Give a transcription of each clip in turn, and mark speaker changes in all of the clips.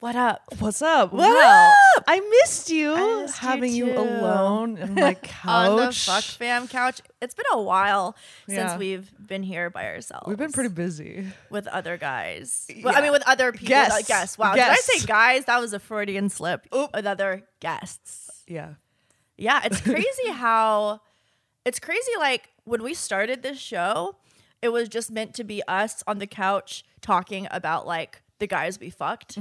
Speaker 1: What up?
Speaker 2: What's up?
Speaker 1: What up?
Speaker 2: I missed you.
Speaker 1: I missed you
Speaker 2: having you,
Speaker 1: too.
Speaker 2: alone in my couch.
Speaker 1: On the fuck fam couch. It's been a while
Speaker 2: Yeah.
Speaker 1: since we've been here by ourselves.
Speaker 2: We've been pretty busy.
Speaker 1: with other guys. Well, I
Speaker 2: Yeah.
Speaker 1: mean, with other people.
Speaker 2: Guests.
Speaker 1: Like, guests. Wow.
Speaker 2: Guests.
Speaker 1: Did I say guys? That was a Freudian slip.
Speaker 2: Oop.
Speaker 1: With other guests.
Speaker 2: Yeah.
Speaker 1: Yeah, it's crazy how it's crazy. Like when we started this show, it was just meant to be us on the couch talking about like the guys we fucked.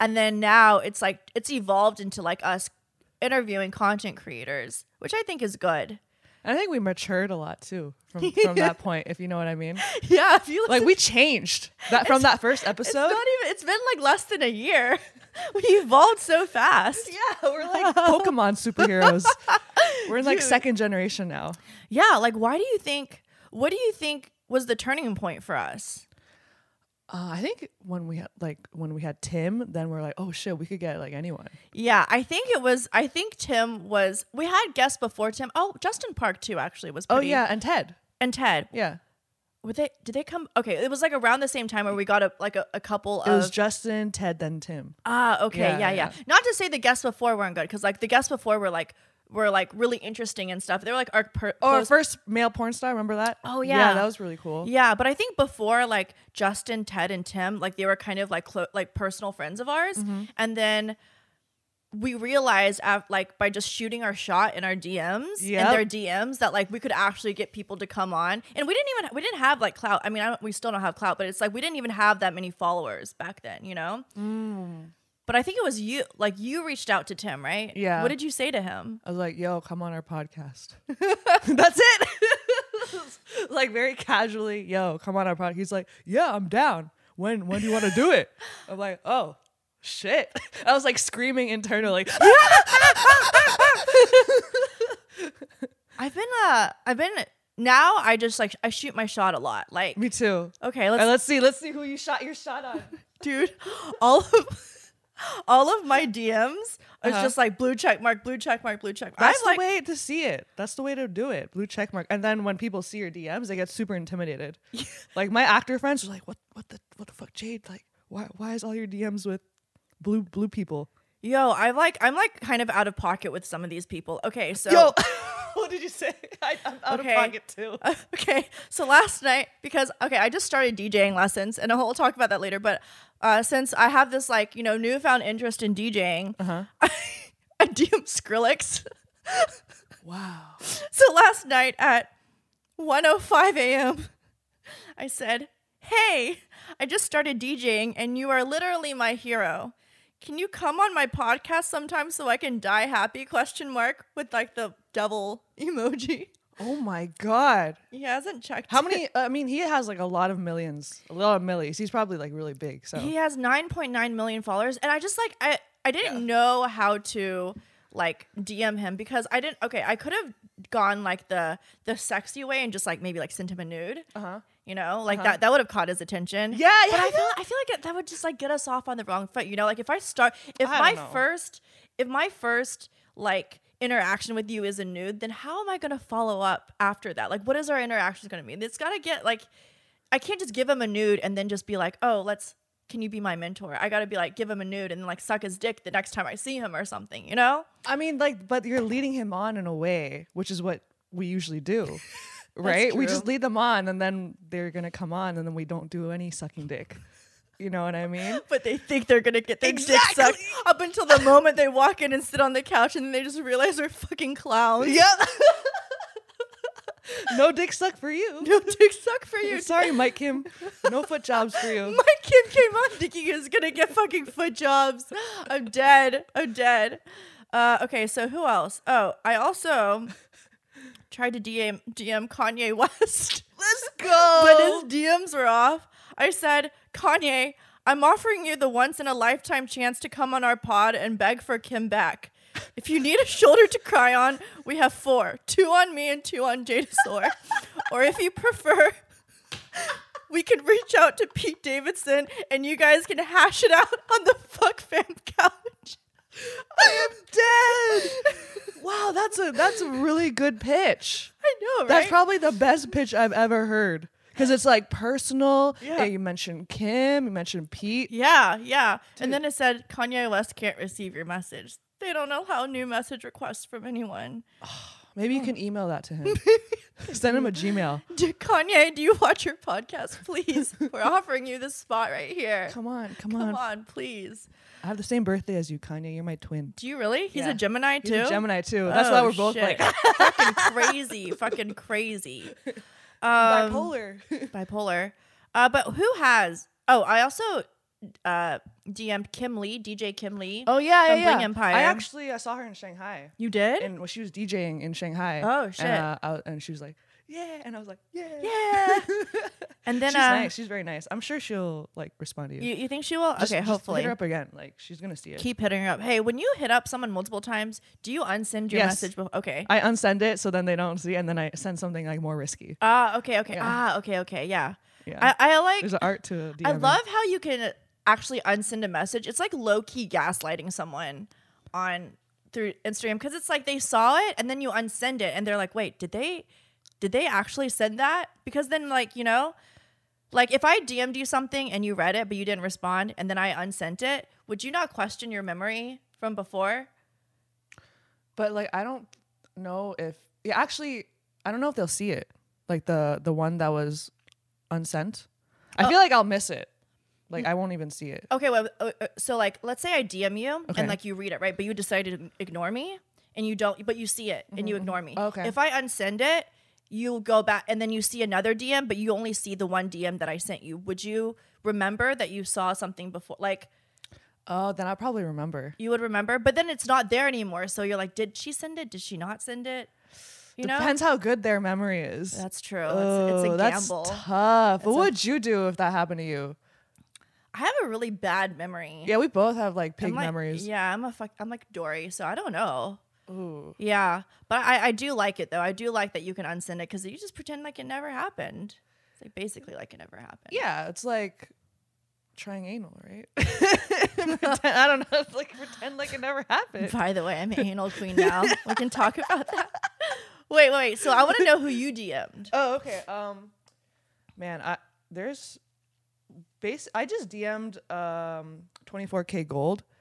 Speaker 1: And then now it's like it's evolved into like us interviewing content creators, which I think is good.
Speaker 2: And I think we matured a lot too from, from that point, if you know what I mean.
Speaker 1: Yeah, if you
Speaker 2: Like we changed that from that first
Speaker 1: it's
Speaker 2: episode.
Speaker 1: not even it's been like less than a year. We evolved so fast.
Speaker 2: yeah, we're like Pokemon superheroes. We're in like second generation now.
Speaker 1: Yeah, like why do you think what do you think was the turning point for us?
Speaker 2: Uh, I think when we had like when we had Tim, then we're like, oh shit, we could get like anyone.
Speaker 1: Yeah, I think it was. I think Tim was. We had guests before Tim. Oh, Justin Park too. Actually, was.
Speaker 2: Oh
Speaker 1: Pretty,
Speaker 2: yeah, and Ted.
Speaker 1: and Ted.
Speaker 2: Yeah,
Speaker 1: Were they? Did they come? Okay, it was like around the same time where we got a like a, a couple
Speaker 2: it was
Speaker 1: of.
Speaker 2: Justin, Ted, then Tim.
Speaker 1: Ah, okay,
Speaker 2: Yeah,
Speaker 1: yeah,
Speaker 2: yeah,
Speaker 1: yeah, Not to say the guests before weren't good, because like the guests before were like were like really interesting and stuff. They were like our per-
Speaker 2: Oh, our
Speaker 1: close-
Speaker 2: first male porn star. Remember that?
Speaker 1: Oh,
Speaker 2: yeah,
Speaker 1: yeah.
Speaker 2: that was really cool.
Speaker 1: Yeah, but I think before like Justin, Ted, and Tim, like they were kind of like clo- like personal friends of ours, and then we realized af- like by just shooting our shot in our DMs
Speaker 2: Yep.
Speaker 1: and their DMs that like we could actually get people to come on, and we didn't even we didn't have like clout. I mean, I don't, we still don't have clout, but it's like we didn't even have that many followers back then, you know. But I think it was you, like you reached out to Tim, right?
Speaker 2: Yeah.
Speaker 1: What did you say to him?
Speaker 2: I was like, yo, come on our podcast. That's it. like very casually, yo, come on our podcast. He's like, yeah, I'm down. When when do you want to do it? I'm like, oh shit. I was like screaming internally.
Speaker 1: I've been uh, I've been now. I just like I shoot my shot a lot. Like,
Speaker 2: Me too.
Speaker 1: okay, let's
Speaker 2: All right, let's see. Let's see who you shot your shot on.
Speaker 1: dude all of all of my dms is
Speaker 2: Uh-huh.
Speaker 1: just like blue check mark blue check mark blue check mark.
Speaker 2: That's
Speaker 1: i'm like
Speaker 2: the way to see it. That's the way to do it. Blue check mark. And then when people see your DMs, they get super intimidated. like my actor friends are like, "What? What the? What the fuck, Jade? Like, why? Why is all your DMs with blue blue people?"
Speaker 1: yo i like i'm like kind of out of pocket with some of these people okay so
Speaker 2: what did you say? I, I'm out
Speaker 1: Okay.
Speaker 2: too.
Speaker 1: okay so last night because okay i just started djing lessons and i'll talk about that later but uh since i have this like you know newfound interest in djing
Speaker 2: Uh-huh.
Speaker 1: I, I dm skrillex
Speaker 2: Wow.
Speaker 1: So last night at 1:05 a.m., I said, "Hey, I just started DJing and you are literally my hero. Can you come on my podcast sometime so I can die happy?" question mark with like the devil emoji.
Speaker 2: Oh my god.
Speaker 1: He hasn't checked.
Speaker 2: How
Speaker 1: it.
Speaker 2: many? I mean, he has like a lot of millions, a lot of millies. He's probably like really big. So
Speaker 1: He has 9.9 million followers and I just like I I didn't know how to like DM him because I didn't okay, I could have gone like the the sexy way and just like maybe like sent him a nude.
Speaker 2: Uh-huh.
Speaker 1: You know, like that that would have caught his attention.
Speaker 2: Yeah, yeah,
Speaker 1: But I
Speaker 2: yeah.
Speaker 1: feel I feel like it, that would just like get us off on the wrong foot, you know? Like if I start if
Speaker 2: I don't
Speaker 1: my
Speaker 2: know.
Speaker 1: first if my first like interaction with you is a nude, then how am I going to follow up after that? Like what is our interaction going to be? It's got to get like I can't just give him a nude and then just be like, oh, let's, can you be my mentor? I gotta be like, give him a nude and like suck his dick the next time I see him or something, you know?
Speaker 2: I mean, like, but you're leading him on in a way, which is what we usually do, right? We
Speaker 1: true.
Speaker 2: just lead them on, and then they're gonna come on, and then we don't do any sucking dick. You know what I mean?
Speaker 1: But they think they're gonna get their dick
Speaker 2: Exactly.
Speaker 1: sucked up until the moment they walk in and sit on the couch and then they just realize they're fucking clowns.
Speaker 2: Yep. no dick suck for you.
Speaker 1: No dick suck for you.
Speaker 2: Sorry, Mike Kim. No foot jobs for you.
Speaker 1: My kid came on thinking he was gonna get fucking foot jobs. I'm dead. I'm dead. Uh, okay, so who else? Oh, I also tried to DM DM Kanye West.
Speaker 2: Let's
Speaker 1: but his DMs were off. I said, Kanye, I'm offering you the once in a lifetime chance to come on our pod and beg for Kim back. If you need a shoulder to cry on, we have four two on me and two on Jadasaur. or if you prefer, we can reach out to Pete Davidson and you guys can hash it out on the fuck fam couch.
Speaker 2: I am dead. Wow, that's a that's a really good pitch.
Speaker 1: I know, right?
Speaker 2: That's probably the best pitch I've ever heard. because it's like personal.
Speaker 1: Yeah.
Speaker 2: Yeah. You mentioned Kim, you mentioned Pete.
Speaker 1: Yeah, yeah. And then it said Kanye West can't receive your message. They don't know how new message requests from anyone.
Speaker 2: Maybe you can email that to him. Send him a Gmail.
Speaker 1: D- Kanye, do you watch your podcast, please? We're offering you this spot right here.
Speaker 2: Come on, come,
Speaker 1: Come
Speaker 2: on.
Speaker 1: on, please.
Speaker 2: I have the same birthday as you, Kanye. You're my twin.
Speaker 1: Do you really? He's
Speaker 2: Yeah.
Speaker 1: a Gemini
Speaker 2: He's
Speaker 1: too.
Speaker 2: a Gemini too. That's why
Speaker 1: Oh,
Speaker 2: we're both
Speaker 1: shit.
Speaker 2: like
Speaker 1: fucking crazy, fucking crazy. Um,
Speaker 2: bipolar.
Speaker 1: bipolar. Uh, but who has? Oh, I also uh, DM'd Kim Lee, DJ Kim Lee.
Speaker 2: oh yeah, yeah,
Speaker 1: From
Speaker 2: yeah.
Speaker 1: Bling Empire.
Speaker 2: I actually I saw her in Shanghai,
Speaker 1: you did?
Speaker 2: and well, she was DJing in Shanghai.
Speaker 1: Oh,
Speaker 2: and,
Speaker 1: shit.
Speaker 2: uh, I was- and she was like, yeah, and I was like, yeah,
Speaker 1: yeah. and then
Speaker 2: She's
Speaker 1: uh,
Speaker 2: nice. She's very nice. I'm sure she'll like respond to you.
Speaker 1: you, you think she will?
Speaker 2: Just-
Speaker 1: okay,
Speaker 2: just
Speaker 1: hopefully.
Speaker 2: hit her up again. Like she's gonna see it.
Speaker 1: Keep hitting her up. Hey, when you hit up someone multiple times, do you unsend your
Speaker 2: Yes.
Speaker 1: message? Before? Okay.
Speaker 2: I unsend it so then they don't see, and then I send something like more risky.
Speaker 1: Ah, okay, okay.
Speaker 2: Yeah.
Speaker 1: Ah, okay, okay. Yeah.
Speaker 2: Yeah,
Speaker 1: I, I like.
Speaker 2: there's an art to DMing.
Speaker 1: I love how you can actually unsend a message. It's like low key gaslighting someone on through Instagram because it's like they saw it and then you unsend it and they're like, wait, did they did they actually send that? Because then like you know, like if I DM'd you something and you read it but you didn't respond and then I unsent it, would you not question your memory from before?
Speaker 2: but like I don't know if yeah, actually I don't know if they'll see it. Like the the one that was unsent. I
Speaker 1: Oh.
Speaker 2: feel like I'll miss it. Like I won't even see it.
Speaker 1: Okay, well, uh, uh, so like, let's say I DM you
Speaker 2: Okay.
Speaker 1: and like you read it, right? But you decide to ign- ignore me, and you don't, but you see it and you ignore me.
Speaker 2: Mm-hmm, Okay.
Speaker 1: If I unsend it, you go back and then you see another DM, but you only see the one DM that I sent you. Would you remember that you saw something before? Like
Speaker 2: Oh, then I'll probably remember.
Speaker 1: you would remember, but then it's not there anymore. So you're like, did she send it? Did she not send it? You know,
Speaker 2: Depends how good their memory is.
Speaker 1: that's true. it's, it's
Speaker 2: Oh,
Speaker 1: a gamble.
Speaker 2: That's tough. what would you do if that happened to you?
Speaker 1: I have a really bad memory.
Speaker 2: Yeah, we both have like
Speaker 1: I'm
Speaker 2: pig
Speaker 1: like-
Speaker 2: memories.
Speaker 1: Yeah, I'm a fuck. I'm like Dory, so I don't know.
Speaker 2: Ooh.
Speaker 1: Yeah, but I, I do like it though. I do like that you can unsend it because you just pretend like it never happened. It's like basically like it never happened.
Speaker 2: Yeah, it's like trying anal, right? pretend, I don't know. It's like pretend like it never happened.
Speaker 1: By the way, I'm an anal queen now. we can talk about that. Wait, wait. So I want to know who you DM'd.
Speaker 2: Oh, okay. Um, man, I there's base. I just DM'd um 24k gold,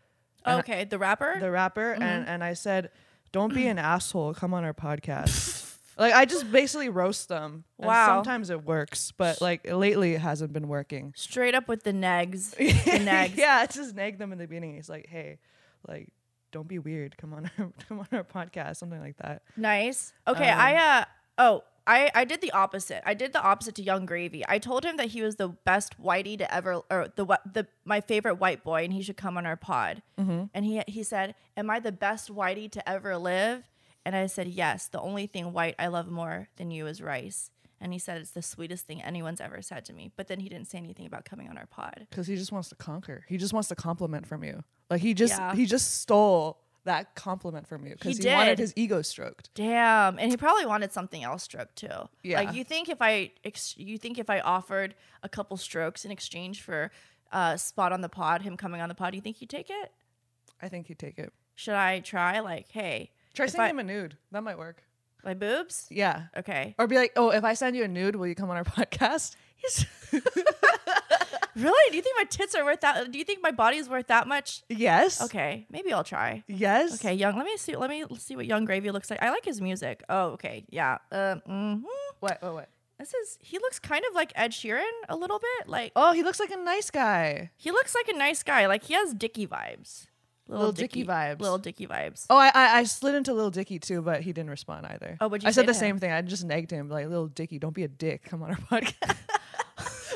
Speaker 2: Uh,
Speaker 1: Okay, the rapper.
Speaker 2: the rapper, and and I said, "Don't be an asshole. Come on our podcast." like I just basically roast them. and
Speaker 1: Wow.
Speaker 2: sometimes it works, but like lately it hasn't been working.
Speaker 1: Straight up with the nags. The nags.
Speaker 2: yeah, I just nag them in the beginning. It's like, hey, like. Don't be weird. Come on, our, come on our podcast, something like that.
Speaker 1: Nice. Okay,
Speaker 2: Um,
Speaker 1: I uh oh, I I did the opposite. I did the opposite to Young Gravy. I told him that he was the best whitey to ever or the wh- the my favorite white boy and he should come on our pod. And he he said, "Am I the best whitey to ever live?" And I said, "Yes, the only thing white I love more than you is rice." And he said it's the sweetest thing anyone's ever said to me. But then he didn't say anything about coming on our pod.
Speaker 2: because he just wants to conquer. He just wants to compliment from you. Like he just
Speaker 1: Yeah.
Speaker 2: he just stole that compliment from you because
Speaker 1: He
Speaker 2: he, wanted
Speaker 1: did.
Speaker 2: his ego stroked.
Speaker 1: Damn, and he probably wanted something else stroke too.
Speaker 2: Yeah.
Speaker 1: like you think if I ex- you think if I offered a couple strokes in exchange for uh, spot on the pod, him coming on the pod, you think he'd take it?
Speaker 2: I think he'd take it.
Speaker 1: Should I try like, hey,
Speaker 2: Try
Speaker 1: if
Speaker 2: sending
Speaker 1: I-
Speaker 2: him a nude. That might work.
Speaker 1: my boobs?
Speaker 2: Yeah.
Speaker 1: Okay,
Speaker 2: Or be like, oh, if I send you a nude, will you come on our podcast?
Speaker 1: really? Do you think my tits are worth that? Do you think my body's worth that much?
Speaker 2: Yes.
Speaker 1: Okay, maybe I'll try.
Speaker 2: Yes.
Speaker 1: Okay, young. Let me see. Let me see what Young Gravy looks like. I like his music. Oh, okay, yeah. Um, mhm.
Speaker 2: What? What? What?
Speaker 1: This is. He looks kind of like Ed Sheeran a little bit. Like,
Speaker 2: Oh, he looks like a nice guy.
Speaker 1: He looks like a nice guy. Like he has Dicky vibes.
Speaker 2: Little Dicky vibes.
Speaker 1: Little Dicky vibes.
Speaker 2: Oh, I I, I slid into Lil Dicky too, but he didn't respond either.
Speaker 1: Oh, what'd you
Speaker 2: I
Speaker 1: say
Speaker 2: said the
Speaker 1: to
Speaker 2: same thing. I just nagged him like, Lil Dicky, don't be a dick. Come on our podcast.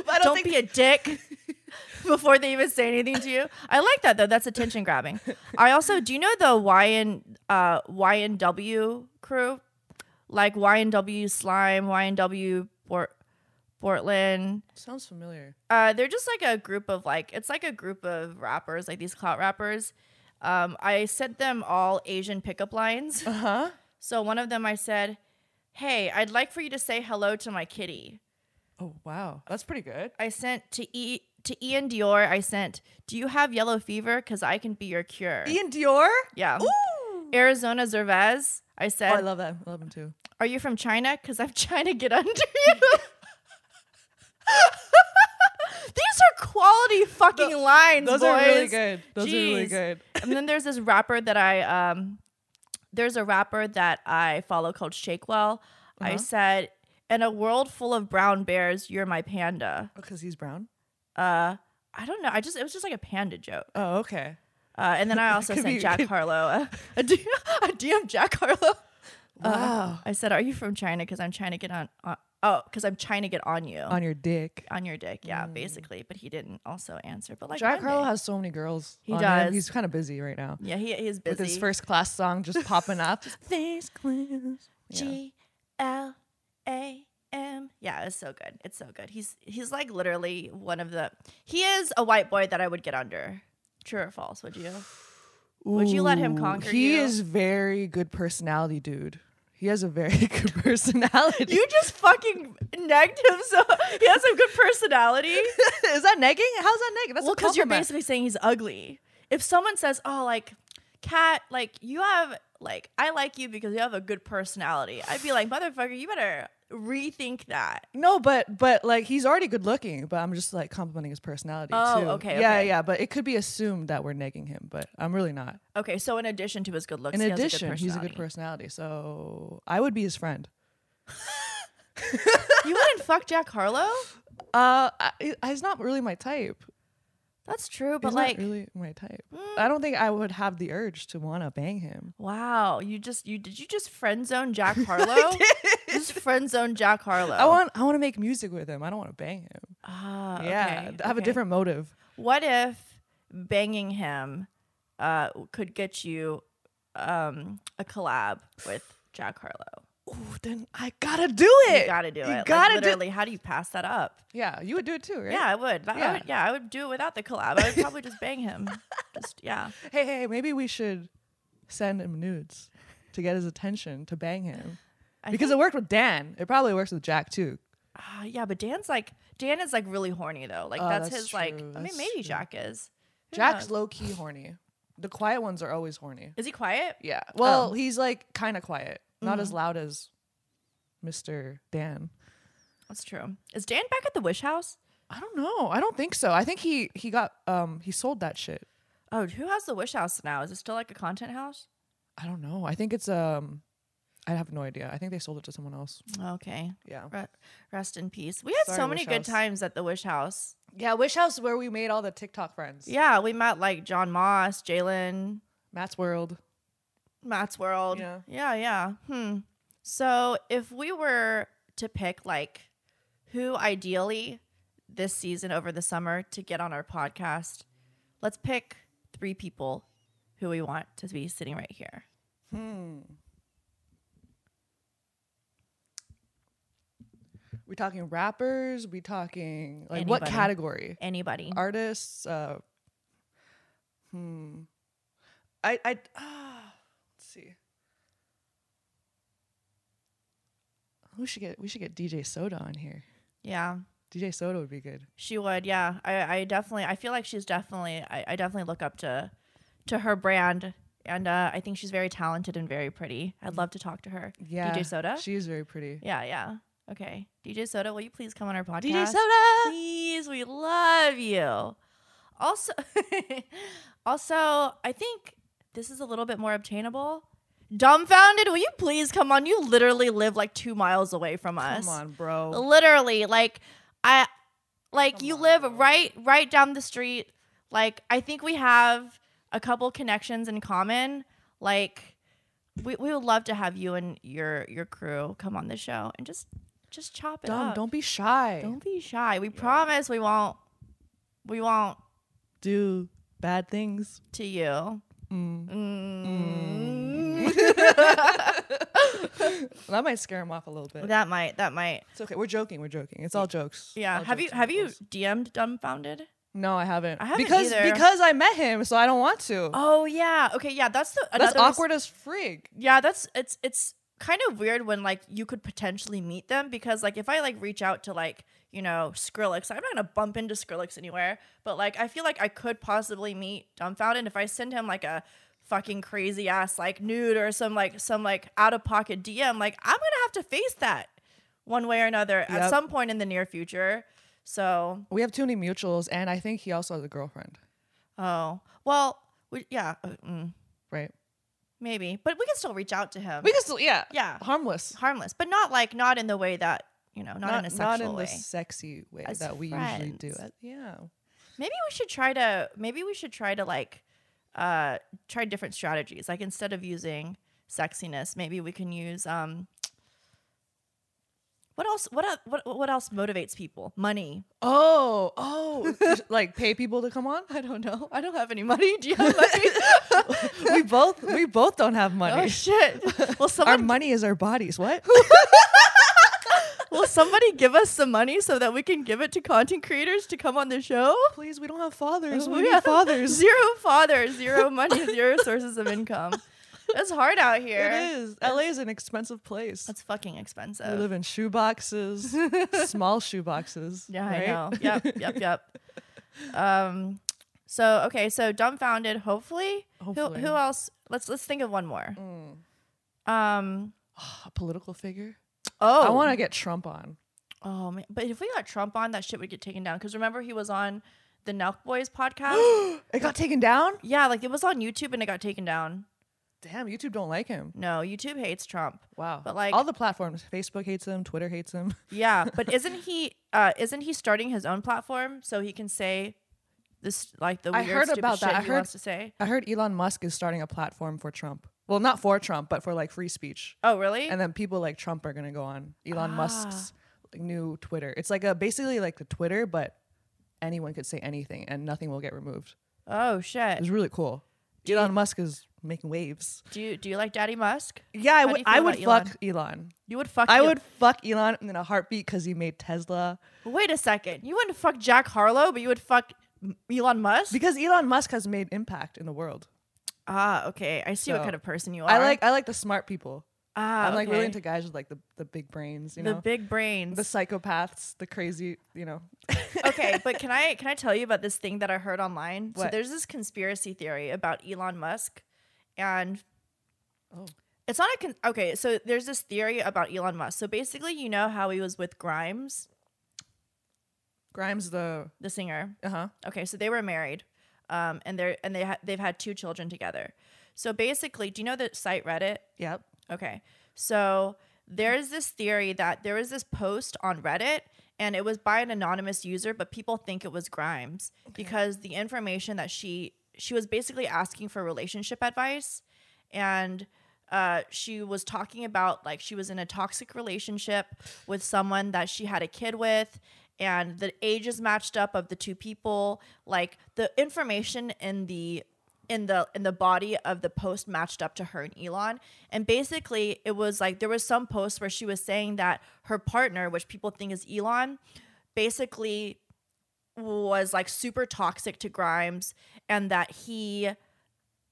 Speaker 2: But I
Speaker 1: don't be a dick before they even say anything to you. I like that though. That's attention grabbing. I also do you know the YN uh YNW crew? Like YNW slime, YNW Port Portland.
Speaker 2: sounds familiar.
Speaker 1: Uh, they're just like a group of like it's like a group of rappers, like these clout rappers. Um, I sent them all Asian pickup lines.
Speaker 2: Uh huh.
Speaker 1: So one of them I said, Hey, I'd like for you to say hello to my kitty.
Speaker 2: Oh wow, that's pretty good.
Speaker 1: I sent to E to Ian Dior, I sent, Do you have yellow fever? Cause I can be your cure.
Speaker 2: Ian Dior.
Speaker 1: Yeah.
Speaker 2: Ooh.
Speaker 1: Arizona Zervez, I
Speaker 2: Oh, I
Speaker 1: said,
Speaker 2: love that. I love him too.
Speaker 1: Are you from China? Cause I'm trying to get under you. quality fucking lines.
Speaker 2: Those are really
Speaker 1: boys.
Speaker 2: good. Those are really
Speaker 1: Jeez.
Speaker 2: good.
Speaker 1: and then there's this rapper that I um there's a rapper that I follow called Shakewell. I
Speaker 2: Uh-huh.
Speaker 1: said, "In a world full of brown bears, you're my panda."
Speaker 2: Because Oh, he's brown.
Speaker 1: Uh I don't know. I just it was just like a panda joke.
Speaker 2: Oh, okay.
Speaker 1: Uh, and then I also
Speaker 2: Could
Speaker 1: sent
Speaker 2: be-
Speaker 1: Jack
Speaker 2: could-
Speaker 1: Harlow a, a, D- a DM Jack Harlow. Uh,
Speaker 2: Wow.
Speaker 1: I said, "Are you from China? Because I'm trying to get on. on oh, because I'm trying to get on you on,
Speaker 2: On your dick.
Speaker 1: your dick. Yeah, basically. But he didn't also answer. But like
Speaker 2: Jack
Speaker 1: one
Speaker 2: Harlow
Speaker 1: day.
Speaker 2: has so many girls.
Speaker 1: He
Speaker 2: on him.
Speaker 1: does.
Speaker 2: He's kind of busy right now.
Speaker 1: Yeah, he he is busy.
Speaker 2: With his first class song just popping up. Just Face cleanse. Yeah.
Speaker 1: G L A M. Yeah, it's so good. It's so good. He's he's like literally one of the. He is a white boy that I would get under. True or false? Would you? Would you let him
Speaker 2: Ooh,
Speaker 1: conquer
Speaker 2: He
Speaker 1: you?
Speaker 2: is very good personality, dude. He has a very good personality.
Speaker 1: You just fucking negged him. So he has a good personality.
Speaker 2: is that negging? How's that negging? That's
Speaker 1: well, because
Speaker 2: because
Speaker 1: you're basically saying he's ugly. If someone says, "Oh, like, cat, like you have like I like you because you have a good personality," I'd be like, "Motherfucker, you better rethink that."
Speaker 2: No, but but like he's already good looking, but I'm just like complimenting his personality
Speaker 1: Oh,
Speaker 2: too.
Speaker 1: okay,
Speaker 2: Yeah,
Speaker 1: okay.
Speaker 2: yeah, but it could be assumed that we're negging him, but I'm really not.
Speaker 1: Okay, so in addition to his good looks,
Speaker 2: In
Speaker 1: he has
Speaker 2: addition, he's a good
Speaker 1: personality.
Speaker 2: personality, so I would be his friend.
Speaker 1: You wouldn't fuck Jack Harlow?
Speaker 2: Uh, I, I- he's not really my type.
Speaker 1: That's true, but
Speaker 2: he's
Speaker 1: like, mm.
Speaker 2: not really my type. I don't think I would have the urge to want to bang him.
Speaker 1: wow, you just you did you just friend zone Jack Harlow? You Just friend zone Jack Harlow.
Speaker 2: I want I want to make music with him. I don't want to bang him.
Speaker 1: Ah,
Speaker 2: yeah,
Speaker 1: okay,
Speaker 2: I have a
Speaker 1: okay.
Speaker 2: different motive.
Speaker 1: What if banging him uh, could get you um, a collab with Jack Harlow?
Speaker 2: Ooh, then I gotta do it.
Speaker 1: You gotta do it. Like,
Speaker 2: gotta do.
Speaker 1: literally. How do you pass that up?
Speaker 2: Yeah, you would do it too, right?
Speaker 1: Yeah, I would. That- I
Speaker 2: Yeah.
Speaker 1: would. Yeah, I would do it without the collab. I would probably just bang him. Just yeah.
Speaker 2: hey, hey, maybe we should send him nudes to get his attention to bang him.
Speaker 1: I
Speaker 2: because
Speaker 1: think-
Speaker 2: it worked with Dan. It probably works with Jack too.
Speaker 1: Ah, yeah, but Dan's like Dan is like really horny though. Like
Speaker 2: Oh,
Speaker 1: that's,
Speaker 2: that's
Speaker 1: his like.
Speaker 2: true,
Speaker 1: I mean,
Speaker 2: that's
Speaker 1: maybe
Speaker 2: true.
Speaker 1: Jack is. Who
Speaker 2: Jack's
Speaker 1: knows?
Speaker 2: low key horny. The quiet ones are always horny.
Speaker 1: Is he quiet?
Speaker 2: Yeah. Oh. Mm-hmm. Well, he's like kind of quiet, not as loud as Mr. Dan.
Speaker 1: That's true. Is Dan back at the Wish House?
Speaker 2: I don't know. I don't think so. I think he he got um he sold that shit.
Speaker 1: Oh, who has the Wish House now? Is it still like a content house?
Speaker 2: I don't know. I think it's um I have no idea. I think they sold it to someone else.
Speaker 1: Okay.
Speaker 2: Yeah.
Speaker 1: Re- rest in peace. We had so
Speaker 2: Sorry,
Speaker 1: many
Speaker 2: Wish
Speaker 1: good
Speaker 2: House.
Speaker 1: times at the Wish House.
Speaker 2: Yeah, Wish House where we made all the TikTok friends.
Speaker 1: Yeah, we met like John Moss, Jalen,
Speaker 2: Matt's World.
Speaker 1: Matt's World.
Speaker 2: Yeah.
Speaker 1: yeah, yeah. Hmm. So if we were to pick like who ideally this season over the summer to get on our podcast, let's pick three people who we want to be sitting right here.
Speaker 2: We talking rappers? We talking like what
Speaker 1: Anybody.
Speaker 2: category?
Speaker 1: Anybody.
Speaker 2: Artists? Uh, hmm. I I ah. let's see. We should get we should get DJ Soda on here.
Speaker 1: Yeah.
Speaker 2: DJ Soda would be good.
Speaker 1: She would, yeah. I, I definitely I feel like she's definitely I, I definitely look up to to her brand and uh, I think she's very talented and very pretty. I'd love to talk to her.
Speaker 2: Yeah,
Speaker 1: DJ Soda?
Speaker 2: She is very pretty.
Speaker 1: yeah, yeah. Okay. DJ Soda, will you please come on our podcast?
Speaker 2: DJ Soda.
Speaker 1: Please, we love you. Also also, I think this is a little bit more obtainable. Dumbfounded, will you please come on? You literally live like two miles away from us
Speaker 2: Come on, bro.
Speaker 1: literally like i like
Speaker 2: Come
Speaker 1: you
Speaker 2: on,
Speaker 1: live
Speaker 2: girl.
Speaker 1: right right down the street like i think we have a couple connections in common like we, we would love to have you and your your crew come on the show and just just chop it
Speaker 2: Dumb.
Speaker 1: up
Speaker 2: Don't be shy.
Speaker 1: Don't be shy we promise we won't we won't
Speaker 2: do bad things.
Speaker 1: to you
Speaker 2: Mm.
Speaker 1: Mm.
Speaker 2: That might scare him off a little bit.
Speaker 1: that might that might
Speaker 2: It's okay. We're joking. We're joking. It's all jokes.
Speaker 1: yeah
Speaker 2: All
Speaker 1: have you
Speaker 2: jokes and
Speaker 1: have you
Speaker 2: giggles.
Speaker 1: dm'd dumbfounded
Speaker 2: No, I haven't.
Speaker 1: I haven't
Speaker 2: because
Speaker 1: either.
Speaker 2: because I met him, so I don't want to.
Speaker 1: oh yeah okay yeah that's the
Speaker 2: That's
Speaker 1: another res-
Speaker 2: awkward as frig.
Speaker 1: yeah that's it's it's kind of weird when like you could potentially meet them because like if i like reach out to like you know skrillex i'm not gonna bump into skrillex anywhere but like i feel like i could possibly meet dumbfounded if i send him like a fucking crazy ass like nude or some like some like out of pocket dm like i'm gonna have to face that one way or another at
Speaker 2: Yep.
Speaker 1: some point in the near future So,
Speaker 2: We have too many mutuals, and I think he also has a girlfriend,
Speaker 1: oh well, we, yeah, uh, mm,
Speaker 2: right?
Speaker 1: maybe, but we can still reach out to him.
Speaker 2: We can still, yeah,
Speaker 1: yeah,
Speaker 2: harmless,
Speaker 1: harmless, but not like not in the way that you know, not, in a sexual
Speaker 2: not in
Speaker 1: way.
Speaker 2: the sexy way
Speaker 1: As
Speaker 2: that we usually do.
Speaker 1: friends.
Speaker 2: Uh, Yeah,
Speaker 1: Maybe we should try to maybe we should try to like uh try different strategies. Like instead of using sexiness, maybe we can use um what else what el- what what else motivates people? Money.
Speaker 2: Oh, oh, just, like pay people to come on? I don't know.
Speaker 1: I don't have any money. Do you have money?
Speaker 2: we both we both don't have
Speaker 1: oh
Speaker 2: money.
Speaker 1: shit. Will
Speaker 2: our
Speaker 1: someone
Speaker 2: money is our bodies. What?
Speaker 1: will somebody give us some money so that we can give it to content creators to come on the show?
Speaker 2: Please, we don't have fathers.
Speaker 1: Oh,
Speaker 2: We
Speaker 1: yeah.
Speaker 2: need fathers.
Speaker 1: Zero fathers, zero money, zero sources of income. It's hard out here.
Speaker 2: It is. LA is an expensive place.
Speaker 1: That's fucking expensive.
Speaker 2: we live in shoe boxes, small shoe boxes.
Speaker 1: Yeah,
Speaker 2: right?
Speaker 1: I know. Yep, yep, yep. Um, so okay, so dumbfounded. Hopefully,
Speaker 2: Hopefully.
Speaker 1: Who, who else? Let's let's think of one more. Um,
Speaker 2: A political figure.
Speaker 1: oh,
Speaker 2: I want to get Trump on.
Speaker 1: Oh man, but if we got Trump on, that shit would get taken down. Because remember, he was on the Nelk Boys podcast.
Speaker 2: It got taken down.
Speaker 1: yeah, like it was on YouTube and it got taken down.
Speaker 2: Damn, YouTube don't like him.
Speaker 1: No, YouTube hates Trump.
Speaker 2: Wow.
Speaker 1: But, like-
Speaker 2: all the platforms, Facebook hates him, Twitter hates him.
Speaker 1: Yeah, but isn't he? Uh, isn't he starting his own platform so he can say this like the
Speaker 2: I
Speaker 1: weird
Speaker 2: heard
Speaker 1: stupid
Speaker 2: about that.
Speaker 1: shit
Speaker 2: I
Speaker 1: he
Speaker 2: heard-
Speaker 1: wants to say?
Speaker 2: I heard Elon Musk is starting a platform for Trump. Well, not for Trump, but for like free speech.
Speaker 1: Oh really?
Speaker 2: and then people like Trump are gonna go on Elon Musk's like, new Twitter. It's like a basically like the Twitter, but anyone could say anything and nothing will get removed.
Speaker 1: oh shit.
Speaker 2: It's really cool. Elon Musk is making waves.
Speaker 1: Do you do you like Daddy Musk?
Speaker 2: Yeah, I
Speaker 1: How do
Speaker 2: would.
Speaker 1: you feel
Speaker 2: I would
Speaker 1: about
Speaker 2: fuck Elon.
Speaker 1: You would fuck.
Speaker 2: I
Speaker 1: Elon-
Speaker 2: would fuck Elon in a heartbeat because he made Tesla.
Speaker 1: Wait a second. You wouldn't fuck Jack Harlow, but you would fuck M- Elon Musk.
Speaker 2: Because Elon Musk has made impact in the world.
Speaker 1: ah, okay. I see what
Speaker 2: So,
Speaker 1: kind of person you are.
Speaker 2: I like. I like the smart people.
Speaker 1: Ah,
Speaker 2: I'm like really
Speaker 1: okay.
Speaker 2: into guys with like the, the big brains. You
Speaker 1: the
Speaker 2: know,
Speaker 1: big brains.
Speaker 2: the psychopaths, the crazy. You know.
Speaker 1: okay, but can I can I tell you about this thing that I heard online? So
Speaker 2: What?
Speaker 1: there's this conspiracy theory about Elon Musk, and
Speaker 2: Oh.
Speaker 1: it's not a con- okay. So there's this theory about Elon Musk. So basically, you know how he was with Grimes,
Speaker 2: Grimes the
Speaker 1: the singer.
Speaker 2: uh huh.
Speaker 1: Okay, so they were married, um, and they're and they ha- they've had two children together. So basically, do you know the site Reddit?
Speaker 2: Yep.
Speaker 1: Okay. So there's this theory that there was this post on Reddit and it was by an anonymous user, but people think it was Grimes because the information that she she was basically asking for relationship advice and uh, she was talking about like she was in a toxic relationship with someone that she had a kid with and the ages matched up of the two people like the information in the in the in the body of the post matched up to her and Elon. And basically it was like there was some post where she was saying that her partner, which people think is Elon, basically was like super toxic to Grimes and that he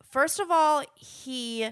Speaker 1: first of all, he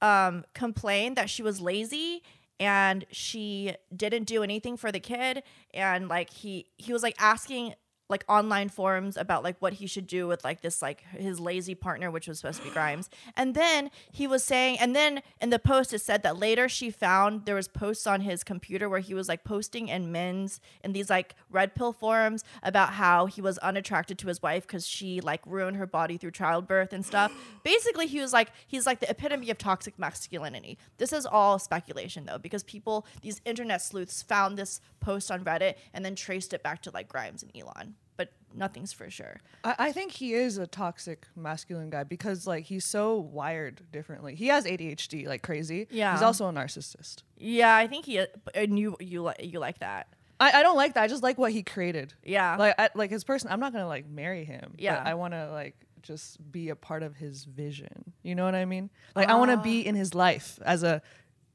Speaker 1: um complained that she was lazy and she didn't do anything for the kid and like he he was like asking like online forums about like what he should do with like this like his lazy partner which was supposed to be Grimes. And then he was saying and then in the post it said that later she found there was posts on his computer where he was like posting in men's in these like red pill forums about how he was unattracted to his wife cuz she like ruined her body through childbirth and stuff. Basically he was like he's like the epitome of toxic masculinity. This is all speculation though because people these internet sleuths found this post on Reddit and then traced it back to like Grimes and Elon, but nothing's for sure.
Speaker 2: I, I think he is a toxic masculine guy because like he's so wired differently. He has ADHD like crazy.
Speaker 1: Yeah.
Speaker 2: He's also a narcissist.
Speaker 1: Yeah, I think he uh, and you you like you like that.
Speaker 2: I, I don't like that. I just like what he created.
Speaker 1: Yeah.
Speaker 2: Like I, like his person. I'm not gonna like marry him. but
Speaker 1: Yeah.
Speaker 2: I want to like just be a part of his vision. You know what I mean? Like I want to be
Speaker 1: Ah.
Speaker 2: in his life as a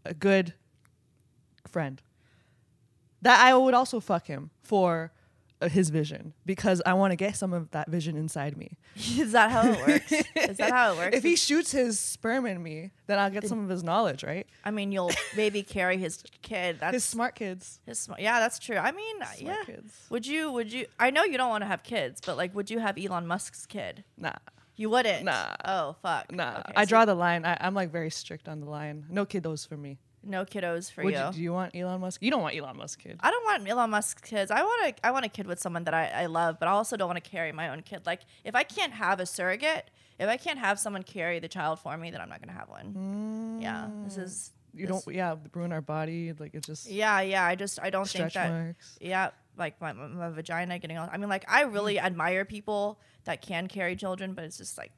Speaker 2: a good friend. That I would also fuck him for uh, his vision because I want to get some of that vision inside me.
Speaker 1: Is that how it works? Is that how it works?
Speaker 2: If he shoots his sperm in me, then I'll get some of his knowledge, right?
Speaker 1: I mean, you'll maybe carry his kid. That's
Speaker 2: His
Speaker 1: his,
Speaker 2: smart kids.
Speaker 1: sm- yeah, that's true. I mean,
Speaker 2: Smart
Speaker 1: yeah.
Speaker 2: kids.
Speaker 1: Would you? Would you? I know you don't want to have kids, but like, would you have Elon Musk's kid?
Speaker 2: Nah,
Speaker 1: You wouldn't.
Speaker 2: Nah.
Speaker 1: Oh fuck.
Speaker 2: nah.
Speaker 1: Okay,
Speaker 2: I
Speaker 1: so-
Speaker 2: draw the line. I, I'm like very strict on the line. No kiddos for me.
Speaker 1: No kiddos for
Speaker 2: Would
Speaker 1: you.
Speaker 2: you, do you want Elon Musk? You don't want Elon Musk kid.
Speaker 1: I don't want Elon Musk kids. I want a I want a kid with someone that I, I love, but I also don't want to carry my own kid. Like if I can't have a surrogate, if I can't have someone carry the child for me, then I'm not gonna have one.
Speaker 2: Mm,
Speaker 1: Yeah. This is
Speaker 2: You
Speaker 1: this-
Speaker 2: don't, yeah, ruin our body. Like it's just
Speaker 1: Yeah, yeah. I just I don't think
Speaker 2: stretch
Speaker 1: that
Speaker 2: marks.
Speaker 1: yeah, like my, my, my vagina getting all I mean like I really admire people that can carry children, but it's just like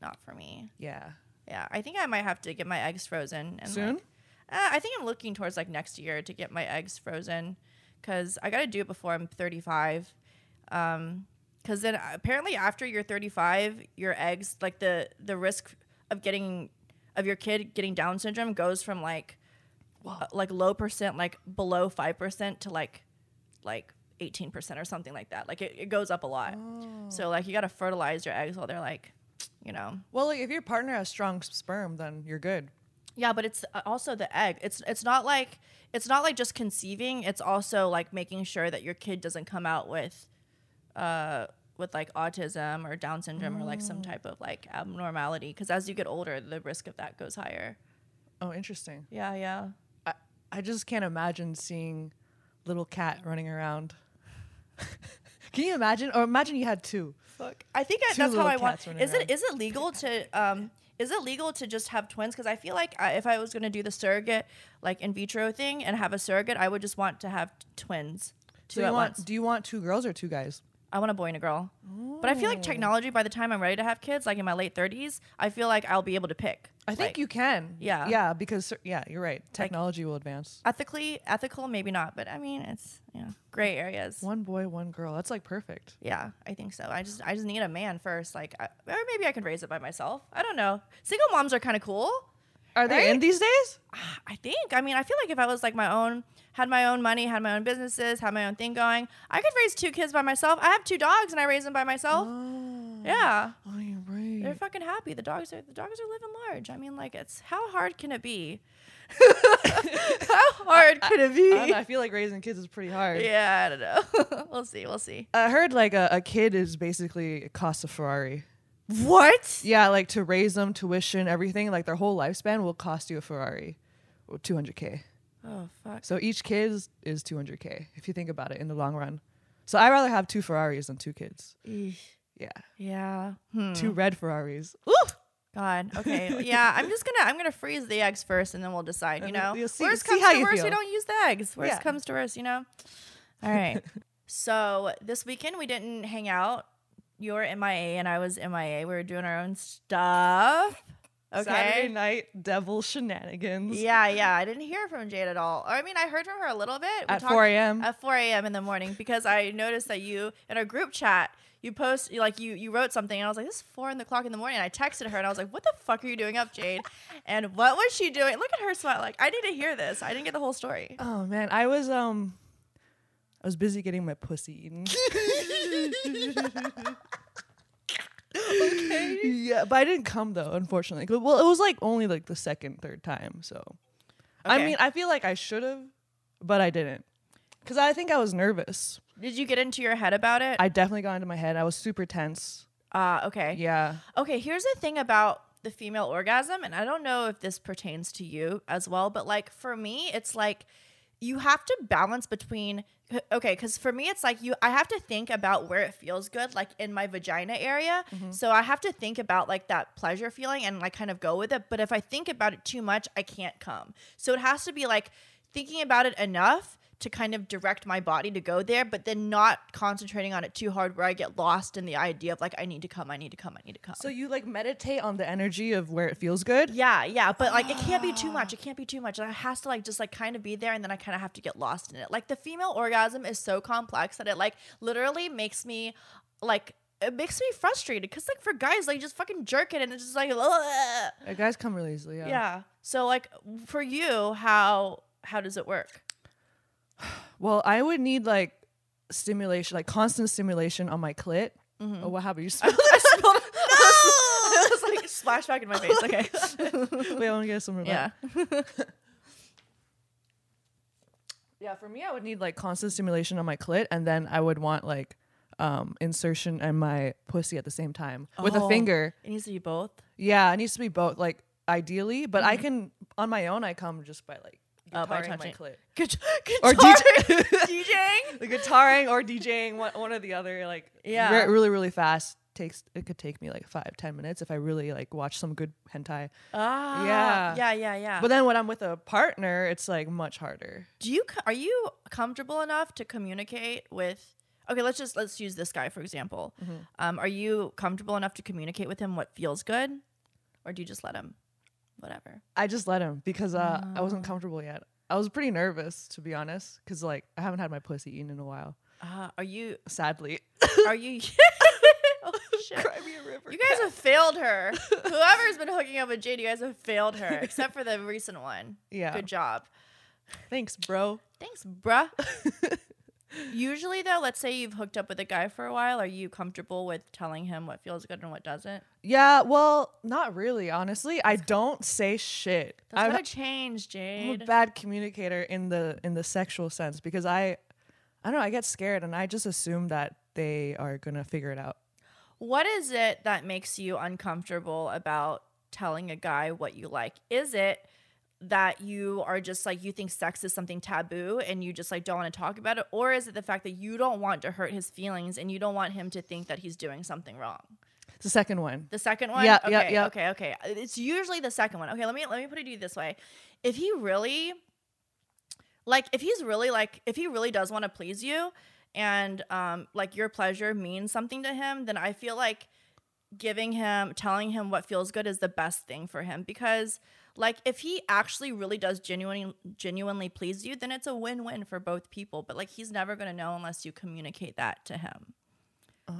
Speaker 1: not for me.
Speaker 2: Yeah.
Speaker 1: Yeah. I think I might have to get my eggs frozen and
Speaker 2: Soon?
Speaker 1: like, uh, I think I'm looking towards like next year to get my eggs frozen because I got to do it before I'm 35. Um, because then apparently after you're 35, your eggs like the the risk of getting of your kid getting Down syndrome goes from like uh, like low percent, like below five percent to like like 18 percent or something like that. Like it, it goes up a lot. So like you got to fertilize your eggs while they're like, you know,
Speaker 2: Well, like if your partner has strong s- sperm, then you're good.
Speaker 1: Yeah, but it's uh, also the egg. It's it's not like it's not like just conceiving. It's also like making sure that your kid doesn't come out with, uh, with like autism or Down syndrome or like
Speaker 2: Mm.
Speaker 1: some type of like abnormality. Because as you get older, the risk of that goes higher.
Speaker 2: Oh, interesting.
Speaker 1: Yeah, yeah.
Speaker 2: I, I just can't imagine seeing little cat running around. Can you imagine? Or imagine you had two.
Speaker 1: Fuck. I think I,
Speaker 2: Two
Speaker 1: that's how
Speaker 2: little
Speaker 1: I want.
Speaker 2: cats running
Speaker 1: Is it
Speaker 2: around.
Speaker 1: is it legal to um is it legal to just have twins? Because I feel like I, if I was gonna do the surrogate like in vitro thing and have a surrogate, I would just want to have t- twins. Two
Speaker 2: So you
Speaker 1: at
Speaker 2: want?
Speaker 1: once.
Speaker 2: Do you want two girls or two guys?
Speaker 1: I want a boy and a girl. But I feel like technology, by the time I'm ready to have kids, like in my late 30s, I feel like I'll be able to pick.
Speaker 2: I think
Speaker 1: Like,
Speaker 2: you can.
Speaker 1: yeah.
Speaker 2: Yeah, because cer- yeah, you're right. Technology will advance.
Speaker 1: Ethically, ethical, maybe not, but I mean, it's, you know, gray areas.
Speaker 2: One boy, one girl. That's like perfect.
Speaker 1: Yeah, I think so. I just, I just need a man first. Like, I, or maybe I can raise it by myself. I don't know. Single moms are kind of cool.
Speaker 2: Are they in these days?
Speaker 1: I think. I mean, I feel like if I was like my own, had my own money, had my own businesses, had my own thing going, I could raise two kids by myself. I have two dogs and I raise them by myself.
Speaker 2: Oh,
Speaker 1: Yeah.
Speaker 2: oh, you're right.
Speaker 1: They're fucking happy. The dogs are the dogs are living large. I mean, like it's how hard can it be? how hard could it
Speaker 2: I, don't know,
Speaker 1: be?
Speaker 2: I feel like raising kids is pretty hard.
Speaker 1: Yeah, I don't know. we'll see. We'll see.
Speaker 2: I heard like a, a kid is basically it costs a Ferrari.
Speaker 1: What?
Speaker 2: Yeah, like to raise them, tuition, everything, like their whole lifespan will cost you a Ferrari, two hundred k.
Speaker 1: Oh fuck.
Speaker 2: So each kid is, is two hundred k if you think about it in the long run. So I rather have two Ferraris than two kids. Yeah,
Speaker 1: Yeah. Hmm.
Speaker 2: two red Ferraris. Ooh,
Speaker 1: God. Okay. Yeah. I'm just gonna I'm gonna freeze the eggs first, and then we'll decide. You
Speaker 2: And
Speaker 1: know.
Speaker 2: then you'll see-
Speaker 1: worst
Speaker 2: see
Speaker 1: comes
Speaker 2: how
Speaker 1: to
Speaker 2: you
Speaker 1: worst, we
Speaker 2: feel.
Speaker 1: don't use the eggs. Worst
Speaker 2: Yeah.
Speaker 1: comes to worst, you know. All right. so this weekend we didn't hang out. You were MIA and I was MIA. We were doing our own stuff. Okay.
Speaker 2: Saturday night devil shenanigans.
Speaker 1: Yeah, yeah. I didn't hear from Jade at all. Or I mean, I heard from her a little bit. We
Speaker 2: At
Speaker 1: talked
Speaker 2: 4 a.m..
Speaker 1: At 4 a.m. in the morning because I noticed that you in our group chat you post you, like you you wrote something and I was like, this is four in the clock in the morning. And I texted her and I was like, what the fuck are you doing up, Jade? and what was she doing? Look at her smile. Like I need to hear this. I didn't get the whole story.
Speaker 2: Oh man, I was um, I was busy getting my pussy eaten. okay. Yeah, but I didn't come though, unfortunately. 'Cause- Well, it was like only like the second, third time. So, I
Speaker 1: Okay.
Speaker 2: mean, I feel like I should have, but I didn't, because I think I was nervous.
Speaker 1: Did you get into your head about it?
Speaker 2: I definitely got into my head. I was super tense.
Speaker 1: Ah, okay.
Speaker 2: Yeah.
Speaker 1: Okay, here's the thing about the female orgasm, and I don't know if this pertains to you as well, but like for me, it's like you have to balance between okay because for me it's like you i have to think about where it feels good like in my vagina area so i have to think about like that pleasure feeling and like kind of go with it but if i think about it too much i can't come so it has to be like thinking about it enough to kind of direct my body to go there but then not concentrating on it too hard where i get lost in the idea of like i need to come i need to come i need to come
Speaker 2: So you like meditate on the energy of where it feels good.
Speaker 1: yeah, yeah, but like it can't be too much. It can't be too much. It has to like just like kind of be there, and then I kind of have to get lost in it. Like the female orgasm is so complex that it like literally makes me like it makes me frustrated because like for guys like just fucking jerk it and it's just like ugh.
Speaker 2: Uh, Guys come really easily.
Speaker 1: yeah. So like for you, how how does it work?
Speaker 2: Well, I would need like stimulation, like constant stimulation on my clit. Oh, what happened? You spilled
Speaker 1: I spilled it. it was like splash back in my face. Okay.
Speaker 2: Wait, I want to get some of that.
Speaker 1: yeah.
Speaker 2: Yeah, for me, I would need like constant stimulation on my clit, and then I would want like um insertion and my pussy at the same time with a
Speaker 1: Oh.
Speaker 2: finger.
Speaker 1: It needs to be both.
Speaker 2: Yeah, it needs to be both, like ideally, but I can on my own. I come just Mm-hmm. Oh, by
Speaker 1: uh, by
Speaker 2: like Guitaring my
Speaker 1: touching
Speaker 2: clit.
Speaker 1: Guit-
Speaker 2: Or
Speaker 1: guitaring-
Speaker 2: DJ.
Speaker 1: DJing.
Speaker 2: the guitaring or DJing, one, one or the other. Like
Speaker 1: Yeah.
Speaker 2: re- really really fast takes. It could take me like five ten minutes if I really like watch some good hentai.
Speaker 1: Ah,
Speaker 2: Yeah.
Speaker 1: yeah, yeah, yeah.
Speaker 2: But then when I'm with a partner, it's like much harder.
Speaker 1: do you co- are you comfortable enough to communicate with? Okay, let's just let's use this guy for example. Um, are you comfortable enough to communicate with him what feels good, or do you just let him? Whatever.
Speaker 2: I just let him because uh, I wasn't
Speaker 1: Oh.
Speaker 2: comfortable yet. I was pretty nervous to be honest, because like I haven't had my pussy eaten in a while.
Speaker 1: Uh, are you?
Speaker 2: Sadly,
Speaker 1: Are you? oh shit.
Speaker 2: cry me a river.
Speaker 1: You guys have failed her. Whoever's been hooking up with Jade, you guys have failed her, except for the recent one.
Speaker 2: Yeah.
Speaker 1: Good job.
Speaker 2: thanks, bro.
Speaker 1: Thanks, bruh. Usually, though, let's say you've hooked up with a guy for a while. Are you comfortable with telling him what feels good and what doesn't?
Speaker 2: Yeah, well, not really, honestly. I don't say shit.
Speaker 1: That's
Speaker 2: I've-
Speaker 1: gotta change,
Speaker 2: I'm
Speaker 1: Jade.
Speaker 2: a bad communicator in the in the sexual sense because I I don't know, I get scared and I just assume that they are gonna figure it out.
Speaker 1: What is it that makes you uncomfortable about telling a guy what you like? Is it that you are just like you think sex is something taboo and you just like don't want to talk about it or is it the fact that you don't want to hurt his feelings and you don't want him to think that he's doing something wrong?
Speaker 2: It's the second one.
Speaker 1: The second one?
Speaker 2: Yeah,
Speaker 1: okay,
Speaker 2: yeah, yeah.
Speaker 1: okay, okay. It's usually the second one. Okay, let me let me put it to you this way. If he really like if he's really like if he really does want to please you and um like your pleasure means something to him, then I feel like giving him telling him what feels good is the best thing for him because like if he actually really does genuinely genuinely please you, then it's a win-win for both people. But like he's never gonna know unless you communicate that to him. Oh.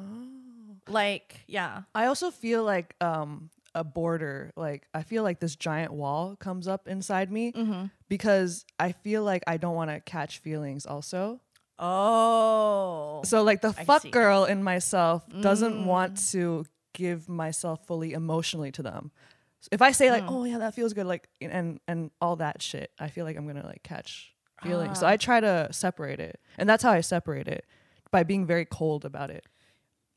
Speaker 1: Like, yeah.
Speaker 2: I also feel like um a border, like I feel like this giant wall comes up inside me
Speaker 1: Mm-hmm.
Speaker 2: because I feel like I don't wanna catch feelings also.
Speaker 1: Oh.
Speaker 2: So like the
Speaker 1: I
Speaker 2: fuck
Speaker 1: see. Mm.
Speaker 2: girl in myself doesn't want to give myself fully emotionally to them. So if I say
Speaker 1: Mm.
Speaker 2: like, oh yeah, that feels good, like and and all that shit, I feel like I'm gonna like catch feelings.
Speaker 1: Ah.
Speaker 2: So I try to separate it, and that's how I separate it by being very cold about it.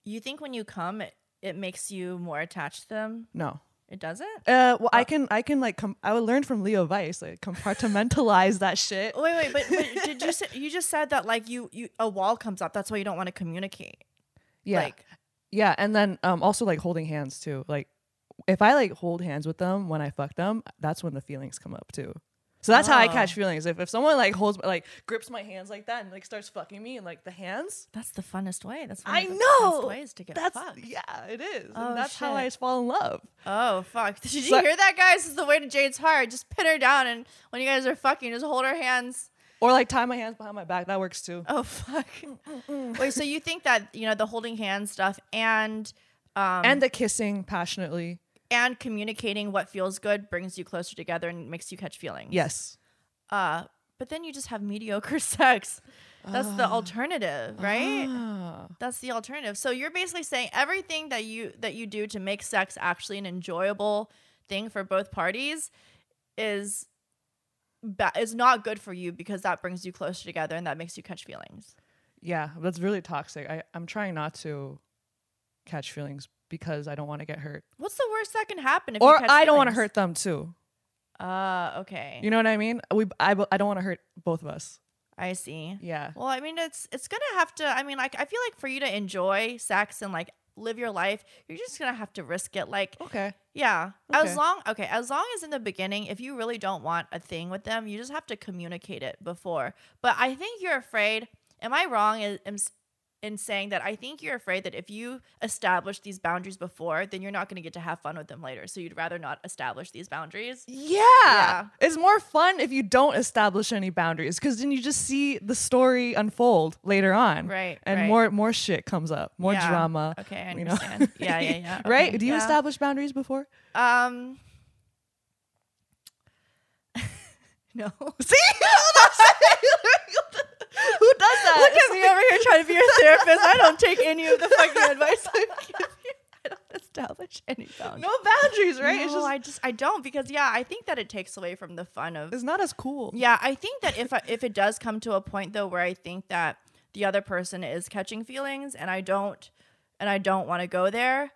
Speaker 1: You think when you come, it, it makes you more attached to them?
Speaker 2: No.
Speaker 1: It doesn't?
Speaker 2: Uh, well, I can, I can like, com- I would learn from Leo Weiss, like compartmentalize that shit.
Speaker 1: Wait, wait, but, but did you say, you just said that like you, you a wall comes up. That's why you don't want to communicate.
Speaker 2: Yeah,
Speaker 1: Like,
Speaker 2: yeah, and then um, also like holding hands too. Like, if I like hold hands with them when I fuck them, that's when the feelings come up too. So that's how I catch feelings. If if someone like holds like grips my hands like that and like starts fucking me and like the hands,
Speaker 1: that's the funnest way. That's one
Speaker 2: I
Speaker 1: of the
Speaker 2: know
Speaker 1: best ways to get
Speaker 2: Oh that's
Speaker 1: fucked.
Speaker 2: yeah, it is. And
Speaker 1: Oh,
Speaker 2: that's how I
Speaker 1: shit.
Speaker 2: fall in love.
Speaker 1: Oh fuck! Did you
Speaker 2: So-
Speaker 1: hear that, guys? This is the way to Jade's heart. Just pin her down, and when you guys are fucking, just hold her hands.
Speaker 2: Or like tie my hands behind my back. That works too.
Speaker 1: Oh fuck!
Speaker 2: Mm,
Speaker 1: Wait, so you think that you know the holding hands stuff and um,
Speaker 2: and the kissing passionately.
Speaker 1: and communicating what feels good brings you closer together and makes you catch feelings.
Speaker 2: Yes.
Speaker 1: Uh, but then you just have mediocre sex. That's the alternative, right?
Speaker 2: Ah.
Speaker 1: That's the alternative. So you're basically saying everything that you that you do to make sex actually an enjoyable thing for both parties is ba- is not good for you because that brings you closer together and that makes you catch feelings.
Speaker 2: Yeah, that's really toxic. I I'm trying not to catch feelings because I don't want to get hurt,
Speaker 1: What's the worst that can happen if you
Speaker 2: or
Speaker 1: catch
Speaker 2: I don't want to
Speaker 1: feelings?
Speaker 2: hurt them too.
Speaker 1: Uh, okay.
Speaker 2: You know what I mean? We I, I don't want to hurt both of us.
Speaker 1: I see.
Speaker 2: Yeah.
Speaker 1: Well, I mean, it's it's gonna have to. I mean, like, I feel like for you to enjoy sex and like live your life, you're just gonna have to risk it. Like,
Speaker 2: Okay.
Speaker 1: yeah,
Speaker 2: Okay.
Speaker 1: as long okay, as long as in the beginning, if you really don't want a thing with them, you just have to communicate it before. But I think you're afraid. Am I wrong? In, in- in saying that, I think you're afraid that if you establish these boundaries before, then you're not going to get to have fun with them later. So you'd rather not establish these boundaries.
Speaker 2: Yeah. It's more fun if you don't establish any boundaries because then you just see the story unfold later on.
Speaker 1: Right,
Speaker 2: And
Speaker 1: right.
Speaker 2: more more shit comes up. More
Speaker 1: Yeah.
Speaker 2: drama.
Speaker 1: Okay, I
Speaker 2: you know?
Speaker 1: understand. Yeah, yeah, yeah. Okay,
Speaker 2: right? Do you
Speaker 1: yeah.
Speaker 2: establish boundaries before?
Speaker 1: Um. no.
Speaker 2: See? Who does that?
Speaker 1: Look at me over here trying to be your therapist. I don't take any of the fucking advice I give you. I don't establish any boundaries.
Speaker 2: No boundaries, right?
Speaker 1: No,
Speaker 2: it's just
Speaker 1: I just I don't because yeah, I think that it takes away from the fun of
Speaker 2: it's not as cool.
Speaker 1: yeah, I think that if I, if it does come to a point though where I think that the other person is catching feelings and I don't and I don't want to go there,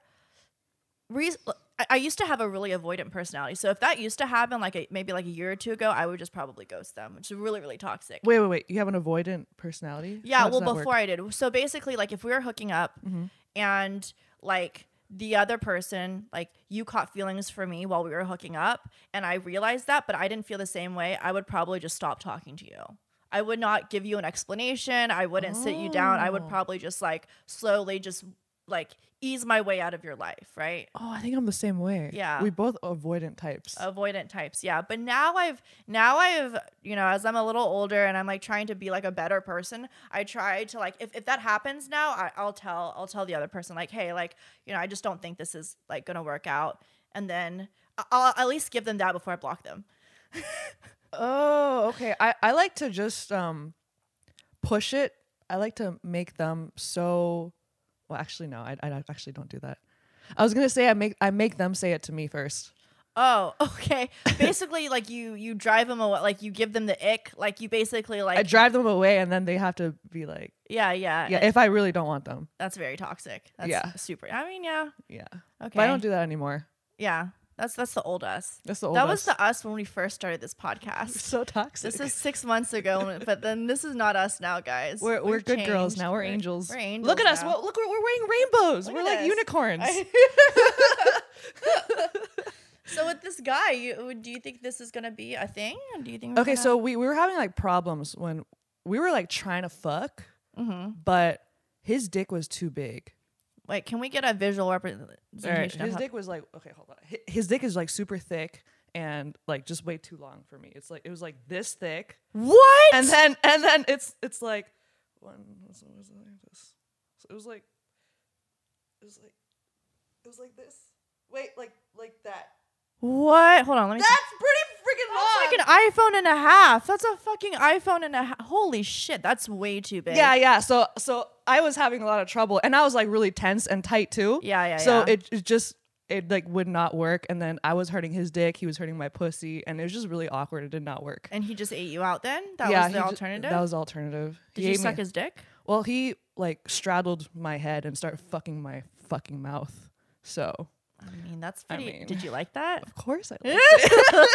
Speaker 1: reas- I, I used to have a really avoidant personality. So if that used to happen, like a, maybe like a year or two ago, I would just probably ghost them, which is really, really toxic.
Speaker 2: Wait, wait, wait. You have an avoidant personality?
Speaker 1: Yeah,
Speaker 2: How does
Speaker 1: well,
Speaker 2: that work? Mm-hmm.
Speaker 1: before I did. So basically, like if we were hooking up and like the other person, like you caught feelings for me while we were hooking up, and I realized that, but I didn't feel the same way, I would probably just stop talking to you. I would not give you an explanation. I wouldn't sit you down. I would
Speaker 2: Oh.
Speaker 1: probably just like slowly just like ease my way out of your life, right?
Speaker 2: Oh, I think I'm the same way.
Speaker 1: Yeah. Oh.
Speaker 2: We both avoidant types.
Speaker 1: avoidant types yeah but now i've now i've you know as i'm a little older and i'm like trying to be like a better person i try to like if, if that happens now I, i'll tell i'll tell the other person like hey like you know i just don't think this is like gonna work out and then I- i'll at least give them that before i block them
Speaker 2: Oh, okay. I, I like to just um push it. I like to make them so well actually no, I, I don't- actually don't do that. I was gonna say I make I make them say it to me first.
Speaker 1: oh okay basically like you you drive them away like you give them the ick like you basically
Speaker 2: I
Speaker 1: like
Speaker 2: drive them away and then they have to be like
Speaker 1: yeah yeah
Speaker 2: Yeah, if I really don't want them.
Speaker 1: that's very toxic that's
Speaker 2: Yeah.
Speaker 1: super i mean yeah
Speaker 2: Yeah.
Speaker 1: okay
Speaker 2: But I don't do that anymore.
Speaker 1: yeah that's that's the old us
Speaker 2: That's the old
Speaker 1: that was
Speaker 2: us.
Speaker 1: the us when we first started this podcast.
Speaker 2: so toxic.
Speaker 1: This is six months ago, but then this is not us now, guys.
Speaker 2: we're, we're
Speaker 1: We've
Speaker 2: good girls
Speaker 1: changed.
Speaker 2: now. We're, angels.
Speaker 1: We're angels.
Speaker 2: Look at us.
Speaker 1: now.
Speaker 2: Well, look, we're, we're wearing rainbows.
Speaker 1: Look
Speaker 2: we're
Speaker 1: at
Speaker 2: like
Speaker 1: us.
Speaker 2: unicorns.
Speaker 1: so with this guy, you, do you think this is gonna be a thing? Do you think? we're
Speaker 2: okay,
Speaker 1: gonna-
Speaker 2: so we, we were having like problems when we were like trying to fuck,
Speaker 1: Mhm.
Speaker 2: but his dick was too big.
Speaker 1: wait, can we get a visual
Speaker 2: All right,
Speaker 1: representation? of
Speaker 2: his
Speaker 1: how-
Speaker 2: dick was like okay, hold on. Hi- His dick is like super thick and like just way too long for me. It's like it was like this thick,
Speaker 1: What?
Speaker 2: and then and then it's it's like one. what's it- what's it like this? So it was like it was like it was like this. Wait, like like that.
Speaker 1: what? Hold on, let me. see.
Speaker 2: That's pretty freaking long.
Speaker 1: That's like an iPhone and a half. That's a fucking iPhone and a half. Holy shit, that's way too big.
Speaker 2: Yeah, yeah. So so I was having a lot of trouble and I was like really tense and tight too.
Speaker 1: Yeah, yeah,
Speaker 2: So
Speaker 1: yeah.
Speaker 2: It, it just it like would not work and then I was hurting his dick, he was hurting my pussy and it was just really awkward. It did not work.
Speaker 1: And he just ate you out. Then that
Speaker 2: yeah,
Speaker 1: was the
Speaker 2: he ju-
Speaker 1: alternative.
Speaker 2: that was the alternative.
Speaker 1: Did
Speaker 2: He
Speaker 1: you
Speaker 2: ate me-
Speaker 1: suck his dick?
Speaker 2: Well, he like straddled my head and started fucking my fucking mouth. So,
Speaker 1: I mean, that's
Speaker 2: I
Speaker 1: pretty.
Speaker 2: mean-
Speaker 1: did you like that?
Speaker 2: of course I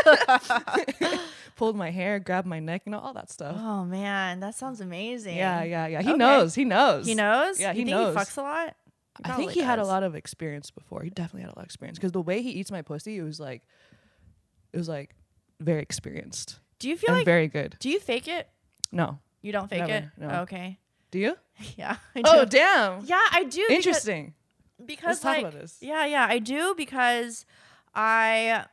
Speaker 2: liked it. pulled my hair, grabbed my neck, you know, all that stuff.
Speaker 1: Oh man, that sounds amazing.
Speaker 2: Yeah, yeah, yeah. He
Speaker 1: Okay.
Speaker 2: knows. He knows.
Speaker 1: He knows.
Speaker 2: Yeah,
Speaker 1: You
Speaker 2: he
Speaker 1: think
Speaker 2: knows.
Speaker 1: He fucks a lot.
Speaker 2: I think
Speaker 1: probably
Speaker 2: he had a
Speaker 1: does.
Speaker 2: lot of experience before. He definitely had a lot of experience because the way he eats my pussy, it was like, it was like very experienced
Speaker 1: Do you feel
Speaker 2: and
Speaker 1: like?
Speaker 2: very good.
Speaker 1: do you fake it?
Speaker 2: No,
Speaker 1: You don't fake
Speaker 2: Never,
Speaker 1: it.
Speaker 2: no.
Speaker 1: Okay.
Speaker 2: do you?
Speaker 1: Yeah. I
Speaker 2: Oh,
Speaker 1: do.
Speaker 2: damn!
Speaker 1: yeah, I do. because-
Speaker 2: Interesting.
Speaker 1: Because,
Speaker 2: Let's talk
Speaker 1: like,
Speaker 2: about this.
Speaker 1: Yeah, yeah, I do because I.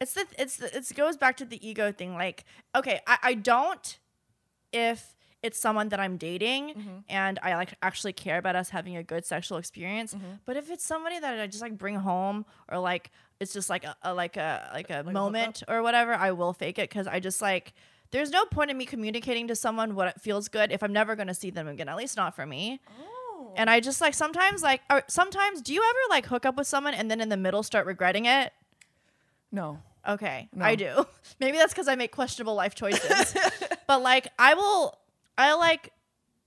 Speaker 1: It's the it's the, it goes back to the ego thing. Like, okay, I, I don't if it's someone that I'm dating
Speaker 2: Mm-hmm.
Speaker 1: and I like actually care about us having a good sexual experience.
Speaker 2: Mm-hmm.
Speaker 1: But if it's somebody that I just like bring home or like it's just like a, a like a like a
Speaker 2: hookup?
Speaker 1: moment or whatever, I will fake it because I just like there's no point in me communicating to someone what it feels good if I'm never gonna see them again. At least not for me. And I just like sometimes like or sometimes do you ever like hook up with someone and then in the middle start regretting it?
Speaker 2: No.
Speaker 1: Okay,
Speaker 2: No.
Speaker 1: I do. Maybe that's because I make questionable life choices. but like, I will, I like,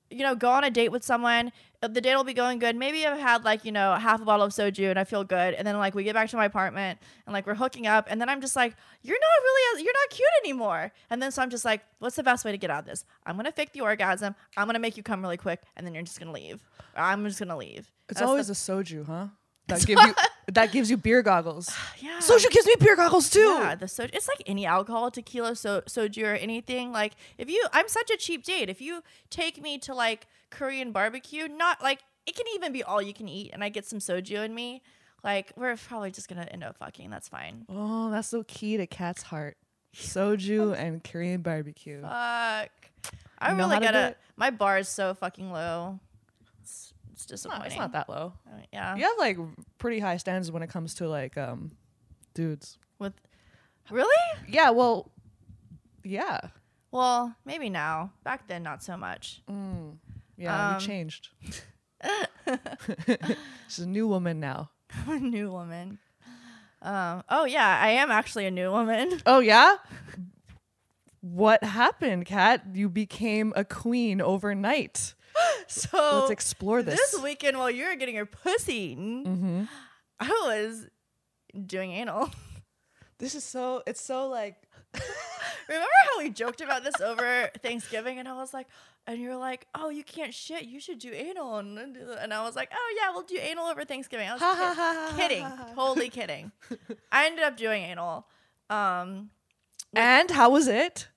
Speaker 1: you know, go on a date with someone. uh, The date will be going good. Maybe I've had like, you know, half a bottle of soju and I feel good. And then like, we get back to my apartment and like, we're hooking up. And then I'm just like, you're not really, as- you're not cute anymore. And then so I'm just like, what's the best way to get out of this? I'm going to fake the orgasm. I'm going to make you come really quick. And then you're just going to leave. Or I'm just going to leave.
Speaker 2: It's
Speaker 1: That's the-
Speaker 2: always a soju, huh? That gives you that gives you beer goggles.
Speaker 1: yeah.
Speaker 2: Soju gives me beer goggles too.
Speaker 1: Yeah, the soju. It's like any alcohol, tequila, so soju, or anything. Like if you, I'm such a cheap date. If you take me to like Korean barbecue, not like it can even be all you can eat, and I get some soju in me. Like we're probably just gonna end up fucking. That's fine.
Speaker 2: Oh, that's so key to Cat's heart.
Speaker 1: Oh.
Speaker 2: Soju and Korean barbecue.
Speaker 1: Fuck. I
Speaker 2: You know
Speaker 1: really
Speaker 2: how to do
Speaker 1: gotta.
Speaker 2: it?
Speaker 1: My bar is so fucking low. It's, it's
Speaker 2: No,
Speaker 1: disappointing.
Speaker 2: it's not that low.
Speaker 1: Uh, Yeah.
Speaker 2: You have like pretty high standards when it comes to like um dudes.
Speaker 1: With really?
Speaker 2: Yeah, well, yeah,
Speaker 1: Well, maybe now. Back then, not so much.
Speaker 2: yeah.
Speaker 1: Um,
Speaker 2: you changed. She's a new woman now.
Speaker 1: I'm a new woman. Um, oh yeah, I am actually a new woman.
Speaker 2: Oh yeah. What happened, Kat? You became a queen overnight.
Speaker 1: So
Speaker 2: Let's explore Oh, this. Mm. Mm-hmm.
Speaker 1: weekend, while you were getting your pussy eaten, I was doing anal.
Speaker 2: This is so. It's so like.
Speaker 1: Remember how we joked about this over Thanksgiving, and I was like, and you're like, oh, you can't shit. You should do anal, and and I was like, oh yeah, we'll do anal over Thanksgiving. I was kid- kidding, totally kidding. I ended up doing anal. Um,
Speaker 2: And how was it?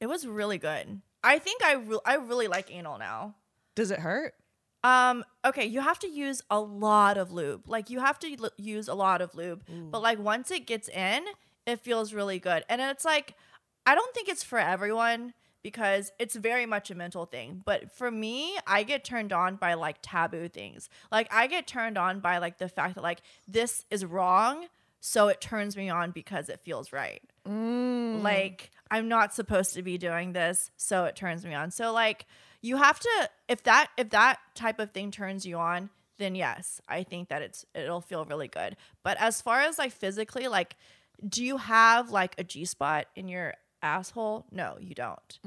Speaker 1: it was really good. I think I re- I really like anal now.
Speaker 2: Does it hurt?
Speaker 1: Um, okay, you have to use a lot of lube. Like you have to l- use a lot of lube, but like once it gets in, it feels really good. And it's like I don't think it's for everyone because it's very much a mental thing. But for me, I get turned on by like taboo things. Like I get turned on by like the fact that like this is wrong, so it turns me on because it feels right
Speaker 2: Mm,
Speaker 1: like i'm not supposed to be doing this so it turns me on so like you have to if that if that type of thing turns you on then yes i think that it's it'll feel really good but as far as like physically like do you have like a g spot in your asshole no you don't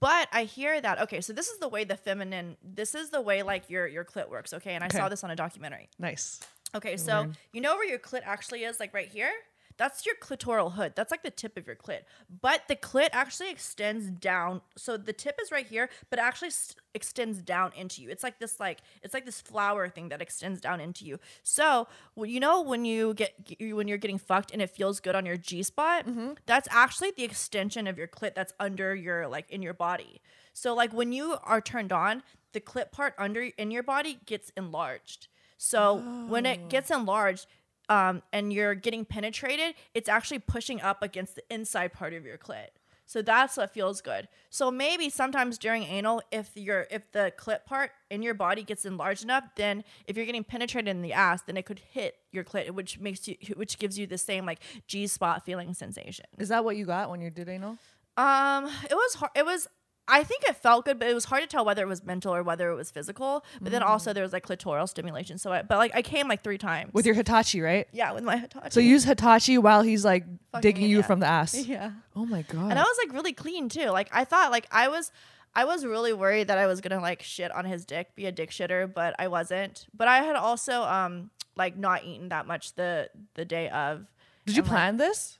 Speaker 1: but i hear that okay so this is the way the feminine this is the way like your your clit works okay and i
Speaker 2: Okay.
Speaker 1: saw this on a documentary
Speaker 2: Nice.
Speaker 1: Okay, so you know where your clit actually is, like right here? That's your clitoral hood. That's like the tip of your clit. But the clit actually extends down. So the tip is right here, but it actually s- extends down into you. It's like this like it's like this flower thing that extends down into you. So, well, you know when you get g- you- when you're getting fucked and it feels good on your G-spot, that's actually the extension of your clit that's under your like in your body. So like when you are turned on, the clit part under in your body gets enlarged. So when it gets enlarged um, and you're getting penetrated, it's actually pushing up against the inside part of your clit. So that's what feels good. So maybe sometimes during anal, if your if the clit part in your body gets enlarged enough, then if you're getting penetrated in the ass, then it could hit your clit, which makes you which gives you the same like G spot feeling sensation.
Speaker 2: Is that what you got when you did anal?
Speaker 1: Um, it was hard. It was. I think it felt good, but it was hard to tell whether it was mental or whether it was physical. But then also there was like clitoral stimulation. So, I, but like I came like three times
Speaker 2: Mm. With your Hitachi, right?
Speaker 1: yeah with my Hitachi.
Speaker 2: So you use Hitachi while he's like digging you
Speaker 1: yeah.
Speaker 2: from the ass.
Speaker 1: yeah,
Speaker 2: Oh my god.
Speaker 1: and I was like really clean too. Like I thought like I was. I was really worried that I was gonna like shit on his dick, be a dick shitter, but I wasn't. But I had also um like not eaten that much the the day of.
Speaker 2: did you
Speaker 1: and, like-
Speaker 2: plan this?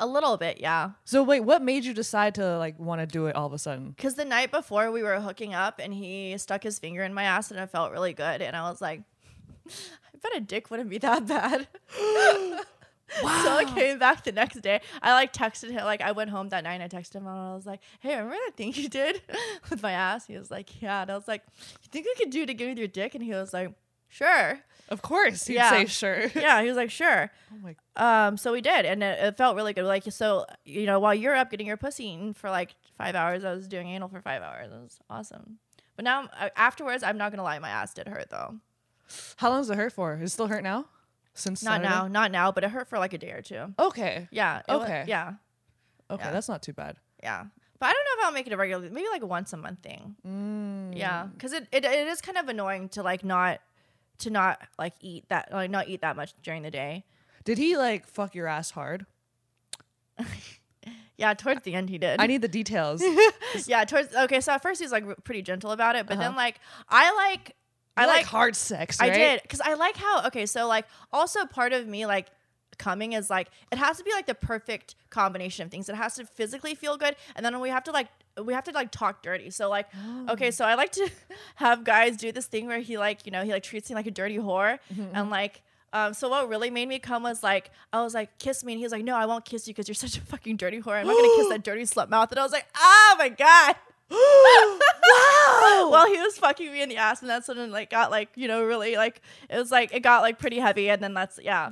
Speaker 1: A little bit, yeah.
Speaker 2: So wait, what made you decide to like want to do it all of a sudden?
Speaker 1: Because the night before we were hooking up and he stuck his finger in my ass and it felt really good. And I was like, I bet a dick wouldn't be that bad. So I came back the next day. I like texted him, like I went home that night and I texted him and I was like, hey, remember that thing you did with my ass? He was like, yeah. And I was like, you think we could do it again with your dick? And he was like, sure.
Speaker 2: Of course, he'd
Speaker 1: Yeah.
Speaker 2: say sure.
Speaker 1: Yeah. He was like, sure.
Speaker 2: oh my
Speaker 1: Um, so we did, and it, it felt really good. Like, so you know, while you're up getting your pussy eaten for like five hours, I was doing anal for five hours. It was awesome. But now uh, afterwards, I'm not gonna lie, my ass did hurt though.
Speaker 2: How long does it hurt for? Is it still hurt now? Since
Speaker 1: Not
Speaker 2: Saturday?
Speaker 1: now, not now, but it hurt for like a day or two.
Speaker 2: Okay.
Speaker 1: Yeah. it wa-
Speaker 2: Okay.
Speaker 1: yeah.
Speaker 2: Okay,
Speaker 1: Yeah.
Speaker 2: that's not too bad.
Speaker 1: Yeah. But I don't know if I'll make it a regular, maybe like a once a month thing.
Speaker 2: Mm.
Speaker 1: Yeah, because it, it it is kind of annoying to like not to not like eat that like not eat that much during the day.
Speaker 2: Did he like fuck your ass hard?
Speaker 1: Yeah, towards the end he did.
Speaker 2: I need the details.
Speaker 1: yeah, towards okay. So at first he was like r- pretty gentle about it, but then
Speaker 2: Uh-huh.
Speaker 1: like I like I
Speaker 2: You
Speaker 1: like,
Speaker 2: hard sex.
Speaker 1: I
Speaker 2: right?
Speaker 1: did because I like how okay. So like also part of me like coming is like it has to be like the perfect combination of things. It has to physically feel good, and then we have to like we have to like talk dirty. So like okay, so I like to have guys do this thing where he like you know he like treats me like a dirty whore and like. Um, so what really made me come was like I was like kiss me and he was like no I won't kiss you because you're such a fucking dirty whore I'm not gonna kiss that dirty slut mouth and I was like oh my god
Speaker 2: wow.
Speaker 1: well, he was fucking me in the ass, and that's when it like got like you know really like it was like it got like pretty heavy, and then that's yeah,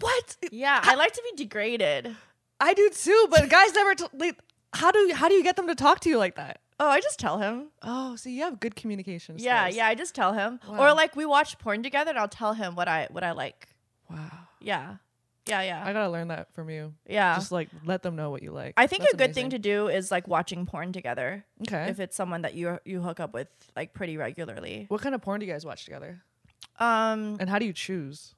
Speaker 2: what?
Speaker 1: yeah. I like to be degraded.
Speaker 2: I do too, but guys never. T- like, how do how do you get them to talk to you like that?
Speaker 1: Oh, I just tell him.
Speaker 2: Oh, so you have good communication.
Speaker 1: Yeah,
Speaker 2: skills.
Speaker 1: yeah. I just tell him, or
Speaker 2: Wow.
Speaker 1: like we watch porn together, and I'll tell him what I what I like.
Speaker 2: Wow.
Speaker 1: Yeah, yeah, yeah,
Speaker 2: I gotta learn that from you.
Speaker 1: yeah.
Speaker 2: Just like let them know what you like.
Speaker 1: I think a good thing to do is like watching porn together
Speaker 2: to okay.
Speaker 1: if it's someone that you you hook up with like pretty regularly.
Speaker 2: what kind of porn do you guys watch together,
Speaker 1: Um,
Speaker 2: and how do you choose?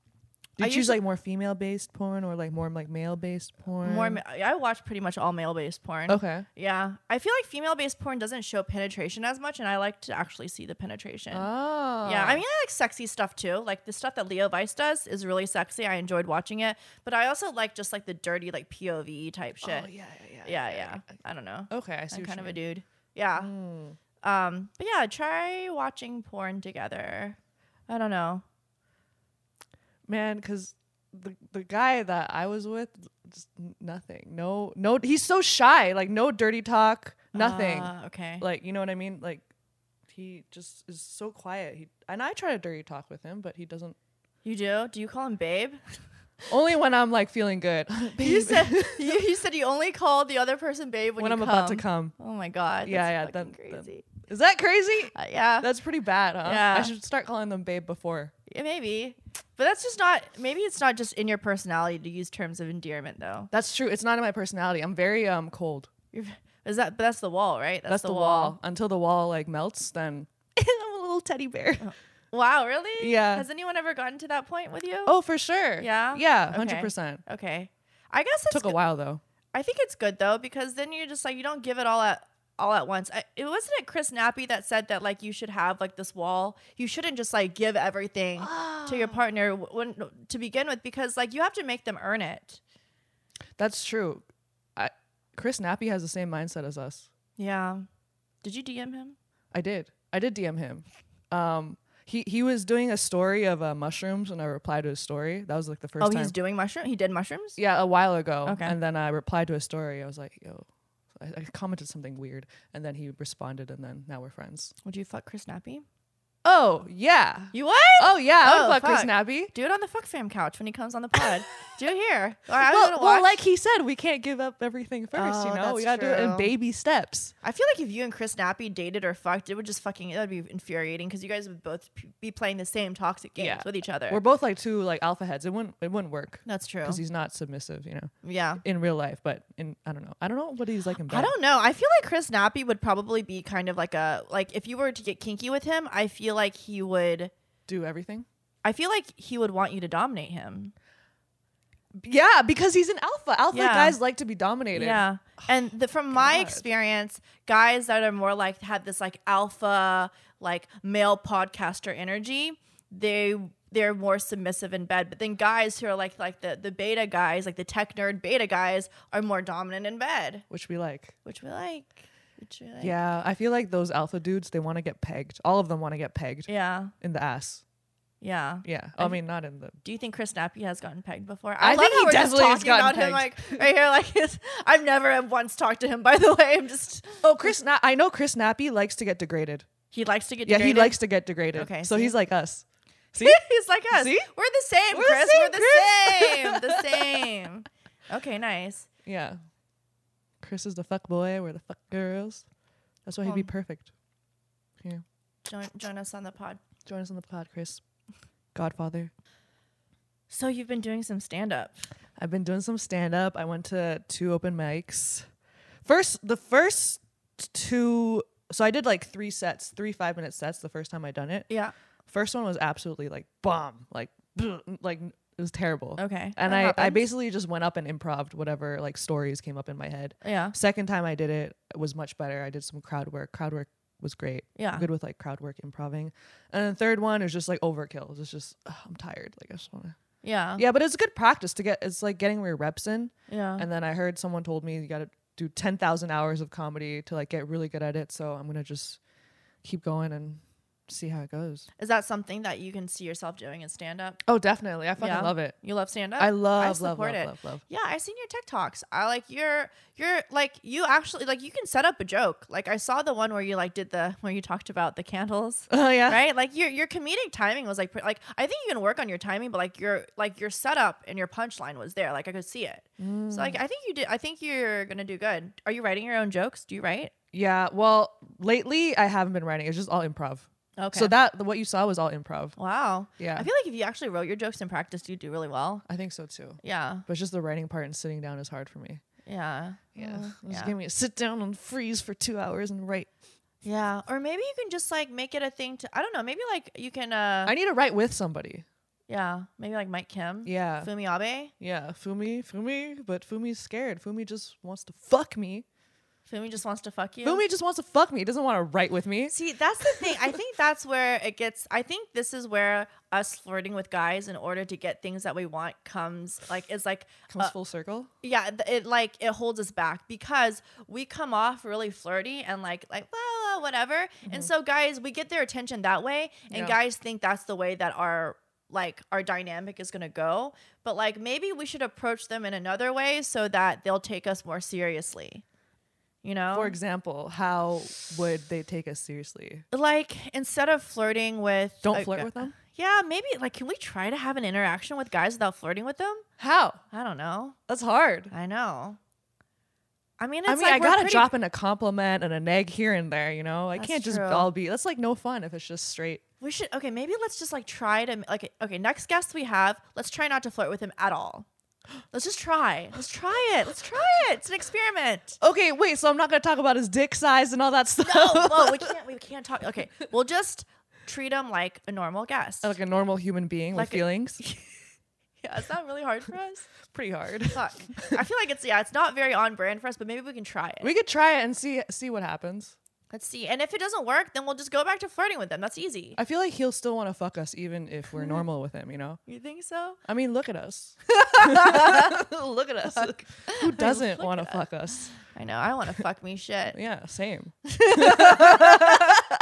Speaker 2: Do you
Speaker 1: I
Speaker 2: choose
Speaker 1: usually-
Speaker 2: like more female based porn or like more like male based porn?
Speaker 1: More, ma- I watch pretty much all male based porn.
Speaker 2: Okay.
Speaker 1: Yeah, I feel like female based porn doesn't show penetration as much, and I like to actually see the penetration.
Speaker 2: Oh.
Speaker 1: Yeah, I mean, I like sexy stuff too. Like the stuff that Leo Weiss does is really sexy. I enjoyed watching it, but I also like just like the dirty, like POV type
Speaker 2: Oh,
Speaker 1: shit.
Speaker 2: yeah, yeah, Oh, Mm.
Speaker 1: yeah, yeah. I don't know.
Speaker 2: Okay, I see.
Speaker 1: I'm
Speaker 2: what
Speaker 1: kind of
Speaker 2: you
Speaker 1: a
Speaker 2: mean.
Speaker 1: dude. Yeah. Um, but yeah, try watching porn together. I don't know.
Speaker 2: man because the, the guy that i was with just n- nothing no no he's so shy like no dirty talk nothing
Speaker 1: Uh, okay.
Speaker 2: like you know what i mean like he just is so quiet he and i try to dirty talk with him but he doesn't
Speaker 1: You do? Do you call him babe?
Speaker 2: only when i'm like feeling good
Speaker 1: You
Speaker 2: Babe,
Speaker 1: said you, you said you only call the other person babe when,
Speaker 2: when
Speaker 1: you
Speaker 2: i'm about to come
Speaker 1: Oh my god.
Speaker 2: Yeah, yeah,
Speaker 1: that's fucking
Speaker 2: that- that-
Speaker 1: crazy.
Speaker 2: is that crazy
Speaker 1: Uh, yeah.
Speaker 2: that's pretty bad huh i
Speaker 1: Yeah.
Speaker 2: should start calling them babe before
Speaker 1: Yeah, maybe. But that's just not maybe it's not just in your personality to use terms of endearment though.
Speaker 2: that's true it's not in my personality i'm very um cold
Speaker 1: You're, is that but that's the wall, right?
Speaker 2: that's, the, wall until the wall like melts then i'm a little teddy bear
Speaker 1: Wow, really?
Speaker 2: Yeah.
Speaker 1: Has anyone ever gotten to that point with you?
Speaker 2: Oh, for sure.
Speaker 1: Yeah?
Speaker 2: Yeah,
Speaker 1: Okay.
Speaker 2: hundred percent.
Speaker 1: Okay. I guess it's
Speaker 2: Took a
Speaker 1: good-
Speaker 2: while though.
Speaker 1: I think it's good though because then you're just like you don't give it all at all at once. I, it wasn't it Chris Nappy that said that like you should have like this wall. You shouldn't just like give everything
Speaker 2: Ah.
Speaker 1: to
Speaker 2: Oh.
Speaker 1: your partner w- when to begin with because like you have to make them earn it.
Speaker 2: That's true. I, Chris Nappy has the same mindset as us.
Speaker 1: Yeah. Did you DM him?
Speaker 2: I did. I did DM him. Um, he he was doing a story of uh, mushrooms, and I replied to his story. That was like the first
Speaker 1: oh,
Speaker 2: time.
Speaker 1: he's doing mushroom. He did mushrooms.
Speaker 2: yeah, a while ago.
Speaker 1: Okay.
Speaker 2: And then I replied to his story. I was like, yo. I I commented something weird, and then he responded, and then now we're friends.
Speaker 1: Would you fuck Chris Nappy?
Speaker 2: Oh yeah,
Speaker 1: You what?
Speaker 2: oh yeah, I
Speaker 1: Oh,
Speaker 2: would fuck Chris
Speaker 1: fuck.
Speaker 2: Nappy.
Speaker 1: Do it on the fuck fam couch when he comes on the pod. Do it here. Or I,
Speaker 2: Well,
Speaker 1: wouldn't
Speaker 2: well,
Speaker 1: watch.
Speaker 2: like he said, we can't give up everything first.
Speaker 1: Oh,
Speaker 2: you know,
Speaker 1: that's
Speaker 2: we gotta do it in
Speaker 1: true.
Speaker 2: baby steps.
Speaker 1: I feel like if you and Chris Nappy dated or fucked, it would just fucking it would be infuriating because you guys would both p- be playing the same toxic games
Speaker 2: Yeah.
Speaker 1: with each other.
Speaker 2: We're both like two like alpha heads. It wouldn't it wouldn't work
Speaker 1: That's true.
Speaker 2: because he's not submissive, you know,
Speaker 1: Yeah.
Speaker 2: in real life. But in I don't know. I don't know what he's like in bed.
Speaker 1: I don't know. I feel like Chris Nappy would probably be kind of like a like if you were to get kinky with him, I feel like he would
Speaker 2: do everything.
Speaker 1: I feel like he would want you to dominate him.
Speaker 2: Yeah, because he's an alpha. Alpha
Speaker 1: Yeah.
Speaker 2: guys like to be dominated.
Speaker 1: Yeah. And the, from my
Speaker 2: Oh God.
Speaker 1: experience, guys that are more like have this like alpha like male podcaster energy, they they're more submissive in bed. But then guys who are like like the the beta guys, like the tech nerd beta guys are more dominant in bed,
Speaker 2: Which we like.
Speaker 1: which we like. Which we like.
Speaker 2: Yeah, I feel like those alpha dudes, they want to get pegged. All of them want to get pegged
Speaker 1: Yeah.
Speaker 2: in the ass.
Speaker 1: Yeah.
Speaker 2: Yeah. I mean, not in the.
Speaker 1: Do you think Chris Nappy has gotten pegged before?
Speaker 2: I think he
Speaker 1: we're just
Speaker 2: definitely has
Speaker 1: talking
Speaker 2: gotten
Speaker 1: about him like right here like his, I've never once talked to him by the way. I'm just
Speaker 2: Oh, Chris. Na- I know Chris Nappy likes to get degraded.
Speaker 1: he likes to get
Speaker 2: Yeah,
Speaker 1: degraded.
Speaker 2: he likes to get degraded.
Speaker 1: Okay,
Speaker 2: So
Speaker 1: see?
Speaker 2: he's like us. See?
Speaker 1: He's like us.
Speaker 2: See?
Speaker 1: We're the same,
Speaker 2: We're the
Speaker 1: Chris.
Speaker 2: same,
Speaker 1: We're the same. The same. Okay, nice.
Speaker 2: yeah. Chris is the fuck boy. We're the fuck girls. That's why he'd be
Speaker 1: Um,
Speaker 2: perfect. Here.
Speaker 1: Join join us on the pod.
Speaker 2: Join us on the pod, Chris. Godfather.
Speaker 1: So you've been doing some stand up.
Speaker 2: I've been doing some stand up. I went to two open mics. First, the first two, so I did like three sets, three five minute sets the first time I done it.
Speaker 1: Yeah.
Speaker 2: First one was absolutely like bomb, like like it was terrible.
Speaker 1: Okay.
Speaker 2: And
Speaker 1: That
Speaker 2: I, I
Speaker 1: happens.
Speaker 2: basically just went up and improv whatever like stories came up in my head.
Speaker 1: Yeah.
Speaker 2: Second time I did it, it was much better. I did some crowd work. Crowd work was great.
Speaker 1: Yeah.
Speaker 2: I'm good with like crowd work improving. And then third one is just like overkill. It's just ugh, I'm tired. Like I just want to.
Speaker 1: Uh-huh. Yeah.
Speaker 2: Yeah, but it's good practice to get. It's like getting your reps in.
Speaker 1: Yeah.
Speaker 2: And then I heard someone told me you got to do ten thousand hours of comedy to like get really good at it. So I'm gonna just keep going and see how it goes.
Speaker 1: Is that something that you can see yourself doing in stand up?
Speaker 2: Oh, definitely. I fucking
Speaker 1: Yeah.
Speaker 2: love it.
Speaker 1: You love stand up?
Speaker 2: I love, love,
Speaker 1: support
Speaker 2: love,
Speaker 1: it.
Speaker 2: love, love.
Speaker 1: Yeah, I've seen your tech talks. I like you're you're like you actually like you can set up a joke. Like I saw the one where you like did the where you talked about the candles.
Speaker 2: Oh yeah.
Speaker 1: right? Like your your comedic timing was like pre- like I think you can work on your timing, but like your like your setup and your punchline was there. Like I could see it. So like
Speaker 2: Mm.
Speaker 1: I think you did. I think you're gonna do good. Are you writing your own jokes? Do you write?
Speaker 2: Yeah. Well, lately I haven't been writing. It's just all improv.
Speaker 1: Okay.
Speaker 2: So that what you saw was all improv.
Speaker 1: wow.
Speaker 2: Yeah.
Speaker 1: I feel like if you actually wrote your jokes and practiced, you do really well.
Speaker 2: I think so too.
Speaker 1: Yeah.
Speaker 2: But it's just the writing part and sitting down is hard for me.
Speaker 1: Yeah.
Speaker 2: Yeah.
Speaker 1: Mm,
Speaker 2: Just
Speaker 1: Yeah.
Speaker 2: give me a sit down and freeze for two hours and write.
Speaker 1: yeah. Or maybe you can just like make it a thing to I don't know. Maybe like you can. uh
Speaker 2: I need to write with somebody.
Speaker 1: Yeah, maybe like Mike Kim.
Speaker 2: Yeah.
Speaker 1: Fumiabe.
Speaker 2: Yeah, Fumi, Fumi, but Fumi's scared. Fumi just wants to fuck me.
Speaker 1: Fumi just wants to fuck you.
Speaker 2: Fumi just wants to fuck me. He doesn't want to write with me.
Speaker 1: See, that's the thing. I think that's where it gets. I think this is where us flirting with guys in order to get things that we want comes like it's like
Speaker 2: Comes
Speaker 1: uh,
Speaker 2: full circle.
Speaker 1: yeah, th- it like it holds us back because we come off really flirty and like like well whatever, and so guys we get their attention that way, and
Speaker 2: Mm-hmm. Yeah.
Speaker 1: guys think that's the way that our like our dynamic is gonna go, but like maybe we should approach them in another way so that they'll take us more seriously, you know?
Speaker 2: For example, how would they take us seriously?
Speaker 1: like instead of flirting with
Speaker 2: Don't
Speaker 1: a
Speaker 2: flirt
Speaker 1: gu-
Speaker 2: with them?
Speaker 1: yeah maybe like can we try to have an interaction with guys without flirting with them
Speaker 2: How?
Speaker 1: i don't know
Speaker 2: That's hard.
Speaker 1: i know i mean it's
Speaker 2: I mean,
Speaker 1: like
Speaker 2: I
Speaker 1: we're
Speaker 2: gotta
Speaker 1: pretty-
Speaker 2: drop in a compliment and a neg here and there, you know? I
Speaker 1: That's
Speaker 2: can't just
Speaker 1: true.
Speaker 2: all be, that's like no fun if it's just straight.
Speaker 1: we should okay maybe let's just like try to like okay next guest we have let's try not to flirt with him at all let's just try let's try it let's try it it's an experiment
Speaker 2: Okay, wait, so I'm not gonna talk about his dick size and all that stuff.
Speaker 1: no whoa, we can't we can't talk okay we'll just treat him like a normal guest
Speaker 2: like a normal human being
Speaker 1: Like
Speaker 2: with
Speaker 1: a-
Speaker 2: feelings.
Speaker 1: yeah is that really hard for us
Speaker 2: Pretty hard.
Speaker 1: fuck i feel like it's yeah it's not very on brand for us but maybe we can try it
Speaker 2: We could try it and see see what happens.
Speaker 1: Let's see. And if it doesn't work, then we'll just go back to flirting with them. That's easy.
Speaker 2: I feel like he'll still want to fuck us even if we're normal with him, you know?
Speaker 1: You think so?
Speaker 2: I mean, look at us.
Speaker 1: Look at us.
Speaker 2: Who doesn't want to fuck us?
Speaker 1: I know. I want to fuck me shit.
Speaker 2: Yeah, same.
Speaker 1: All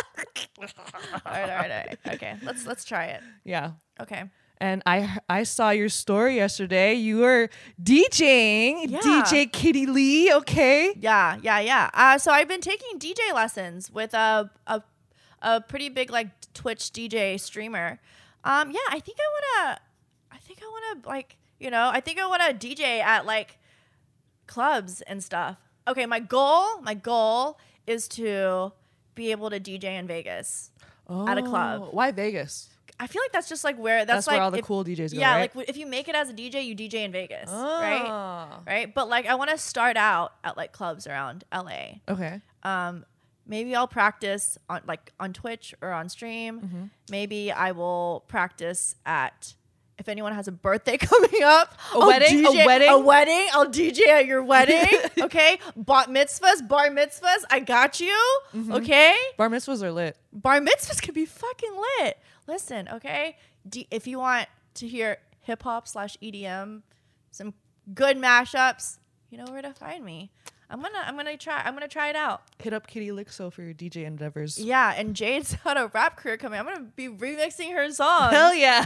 Speaker 1: right, all right, all right. Okay, let's let's try it.
Speaker 2: Yeah.
Speaker 1: Okay.
Speaker 2: And I I saw your story yesterday. You were DJing,
Speaker 1: Yeah.
Speaker 2: DJ Kitty Lee. Okay.
Speaker 1: Yeah, yeah, yeah. Uh, so I've been taking DJ lessons with a a, a pretty big like Twitch DJ streamer. Um, yeah, I think I wanna, I think I wanna like you know, I think I wanna DJ at like clubs and stuff. Okay, my goal, my goal is to be able to DJ in Vegas.
Speaker 2: Oh,
Speaker 1: At a club.
Speaker 2: Why Vegas?
Speaker 1: I feel like that's just like where that's,
Speaker 2: That's, where
Speaker 1: like
Speaker 2: all the
Speaker 1: if-
Speaker 2: cool DJs go.
Speaker 1: yeah,
Speaker 2: right?
Speaker 1: like w- if you make it as a DJ, you DJ in Vegas, right?
Speaker 2: Ah.
Speaker 1: Right, but like I want to start out at like clubs around LA.
Speaker 2: Okay.
Speaker 1: um, maybe I'll practice on like on Twitch or on stream.
Speaker 2: Mm-hmm.
Speaker 1: Maybe I will practice at if anyone has a birthday coming up,
Speaker 2: A
Speaker 1: I'll
Speaker 2: wedding? A
Speaker 1: DJ
Speaker 2: wedding?
Speaker 1: a wedding. I'll DJ at your wedding. okay, bat mitzvahs, bar mitzvahs. I got you.
Speaker 2: Mm-hmm.
Speaker 1: Okay,
Speaker 2: Bar mitzvahs are lit.
Speaker 1: bar mitzvahs could be fucking lit. Listen, okay, D- if you want to hear hip hop slash EDM, some good mashups, you know where to find me. I'm gonna I'm gonna try I'm gonna try it out.
Speaker 2: Hit up Kitty Lixo for your DJ endeavors.
Speaker 1: Yeah, and Jade's got a rap career coming. I'm gonna be remixing her song.
Speaker 2: Hell yeah.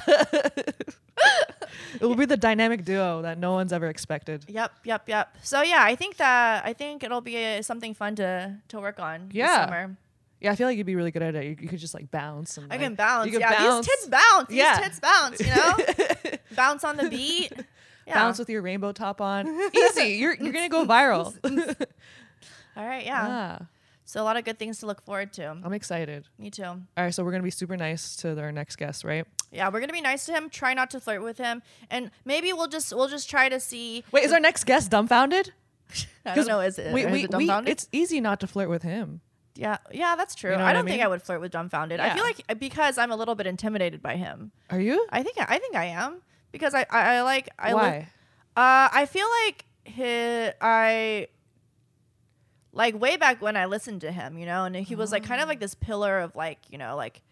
Speaker 2: it will be the dynamic duo that no one's ever expected.
Speaker 1: Yep, yep, yep. So yeah, I think that I think it'll be uh something fun to to work on. this
Speaker 2: Yeah.
Speaker 1: summer.
Speaker 2: Yeah, I feel like you'd be really good at it. You, you could just like bounce. And,
Speaker 1: I
Speaker 2: like-
Speaker 1: can bounce.
Speaker 2: You can
Speaker 1: yeah,
Speaker 2: bounce.
Speaker 1: these tits bounce. These
Speaker 2: Yeah.
Speaker 1: tits bounce. You know, bounce on the beat. Yeah.
Speaker 2: Bounce with your rainbow top on. Easy. You're you're gonna go viral.
Speaker 1: All right. Yeah.
Speaker 2: yeah.
Speaker 1: So a lot of good things to look forward to.
Speaker 2: I'm excited.
Speaker 1: Me too.
Speaker 2: All right, so we're gonna be super nice to our next guest, right?
Speaker 1: Yeah, we're gonna be nice to him. Try not to flirt with him, and maybe we'll just we'll just try to see.
Speaker 2: Wait, is our next guest dumbfounded?
Speaker 1: I don't
Speaker 2: 'Cause
Speaker 1: know. Is it?
Speaker 2: we-
Speaker 1: is
Speaker 2: we-
Speaker 1: it
Speaker 2: we-
Speaker 1: dumbfounded?
Speaker 2: it's easy not to flirt with him.
Speaker 1: Yeah, yeah, that's true.
Speaker 2: know
Speaker 1: I
Speaker 2: what I
Speaker 1: don't think
Speaker 2: mean?
Speaker 1: I would flirt with dumbfounded. I feel
Speaker 2: Yeah.
Speaker 1: like because I'm a little bit intimidated by him.
Speaker 2: Are you?
Speaker 1: I think I think I am because I I, I like I look-
Speaker 2: Why?
Speaker 1: uh, I feel like his I like way back when I listened to him, you know, and he was like kind of like
Speaker 2: Ah.
Speaker 1: this pillar of like you know like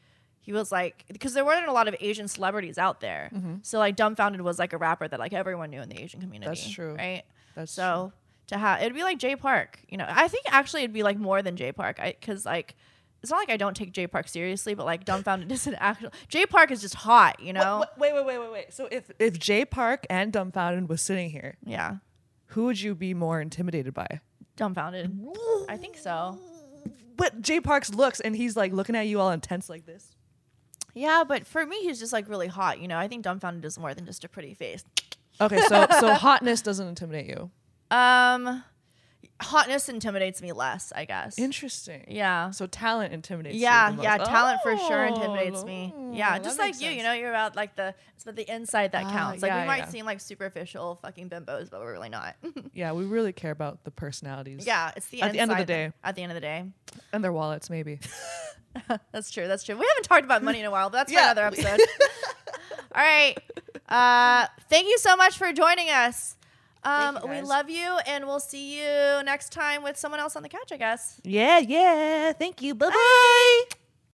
Speaker 1: he was like because there weren't a lot of Asian celebrities out there,
Speaker 2: Mm-hmm.
Speaker 1: so like dumbfounded was like a rapper that like everyone knew in the Asian community.
Speaker 2: true.
Speaker 1: right?
Speaker 2: That's
Speaker 1: So to have it'd be like Jay Park, you know. I think actually it'd be like more than Jay Park, I because like it's not like I don't take Jay Park seriously, but like dumbfounded is an actual Jay Park is just hot, you know.
Speaker 2: Wait, wait, wait, wait, wait. So if if Jay Park and Dumbfounded was sitting here,
Speaker 1: Yeah,
Speaker 2: who would you be more intimidated by?
Speaker 1: dumbfounded. I think so.
Speaker 2: But Jay Park's looks, and he's like looking at you all intense like this.
Speaker 1: Yeah, but for me, he's just like really hot, you know. I think dumbfounded is more than just a pretty face.
Speaker 2: Okay, so so hotness doesn't intimidate you.
Speaker 1: Um, hotness intimidates me less, I guess.
Speaker 2: Interesting.
Speaker 1: yeah.
Speaker 2: So talent intimidates.
Speaker 1: Yeah,
Speaker 2: you the
Speaker 1: yeah,
Speaker 2: most.
Speaker 1: talent for sure
Speaker 2: Oh,
Speaker 1: intimidates me. Yeah,
Speaker 2: that
Speaker 1: just like
Speaker 2: makes
Speaker 1: you, you
Speaker 2: sense.
Speaker 1: know, you're about like the it's about the inside that
Speaker 2: Ah,
Speaker 1: counts. Like
Speaker 2: yeah,
Speaker 1: we might
Speaker 2: yeah.
Speaker 1: seem like superficial fucking bimbos, but we're really not.
Speaker 2: Yeah, we really care about the personalities.
Speaker 1: yeah, it's the
Speaker 2: At the end of the
Speaker 1: inside that-
Speaker 2: day.
Speaker 1: At the end of the day,
Speaker 2: and their wallets maybe.
Speaker 1: that's true. That's true. We haven't talked about money in a while, but that's
Speaker 2: Yeah.
Speaker 1: for another episode. All right. Uh, thank you so much for joining us. Um,
Speaker 2: Thank you,
Speaker 1: we
Speaker 2: guys.
Speaker 1: love you, and we'll see you next time with someone else on the couch, I guess.
Speaker 2: Yeah, yeah. Thank you. Bye bye.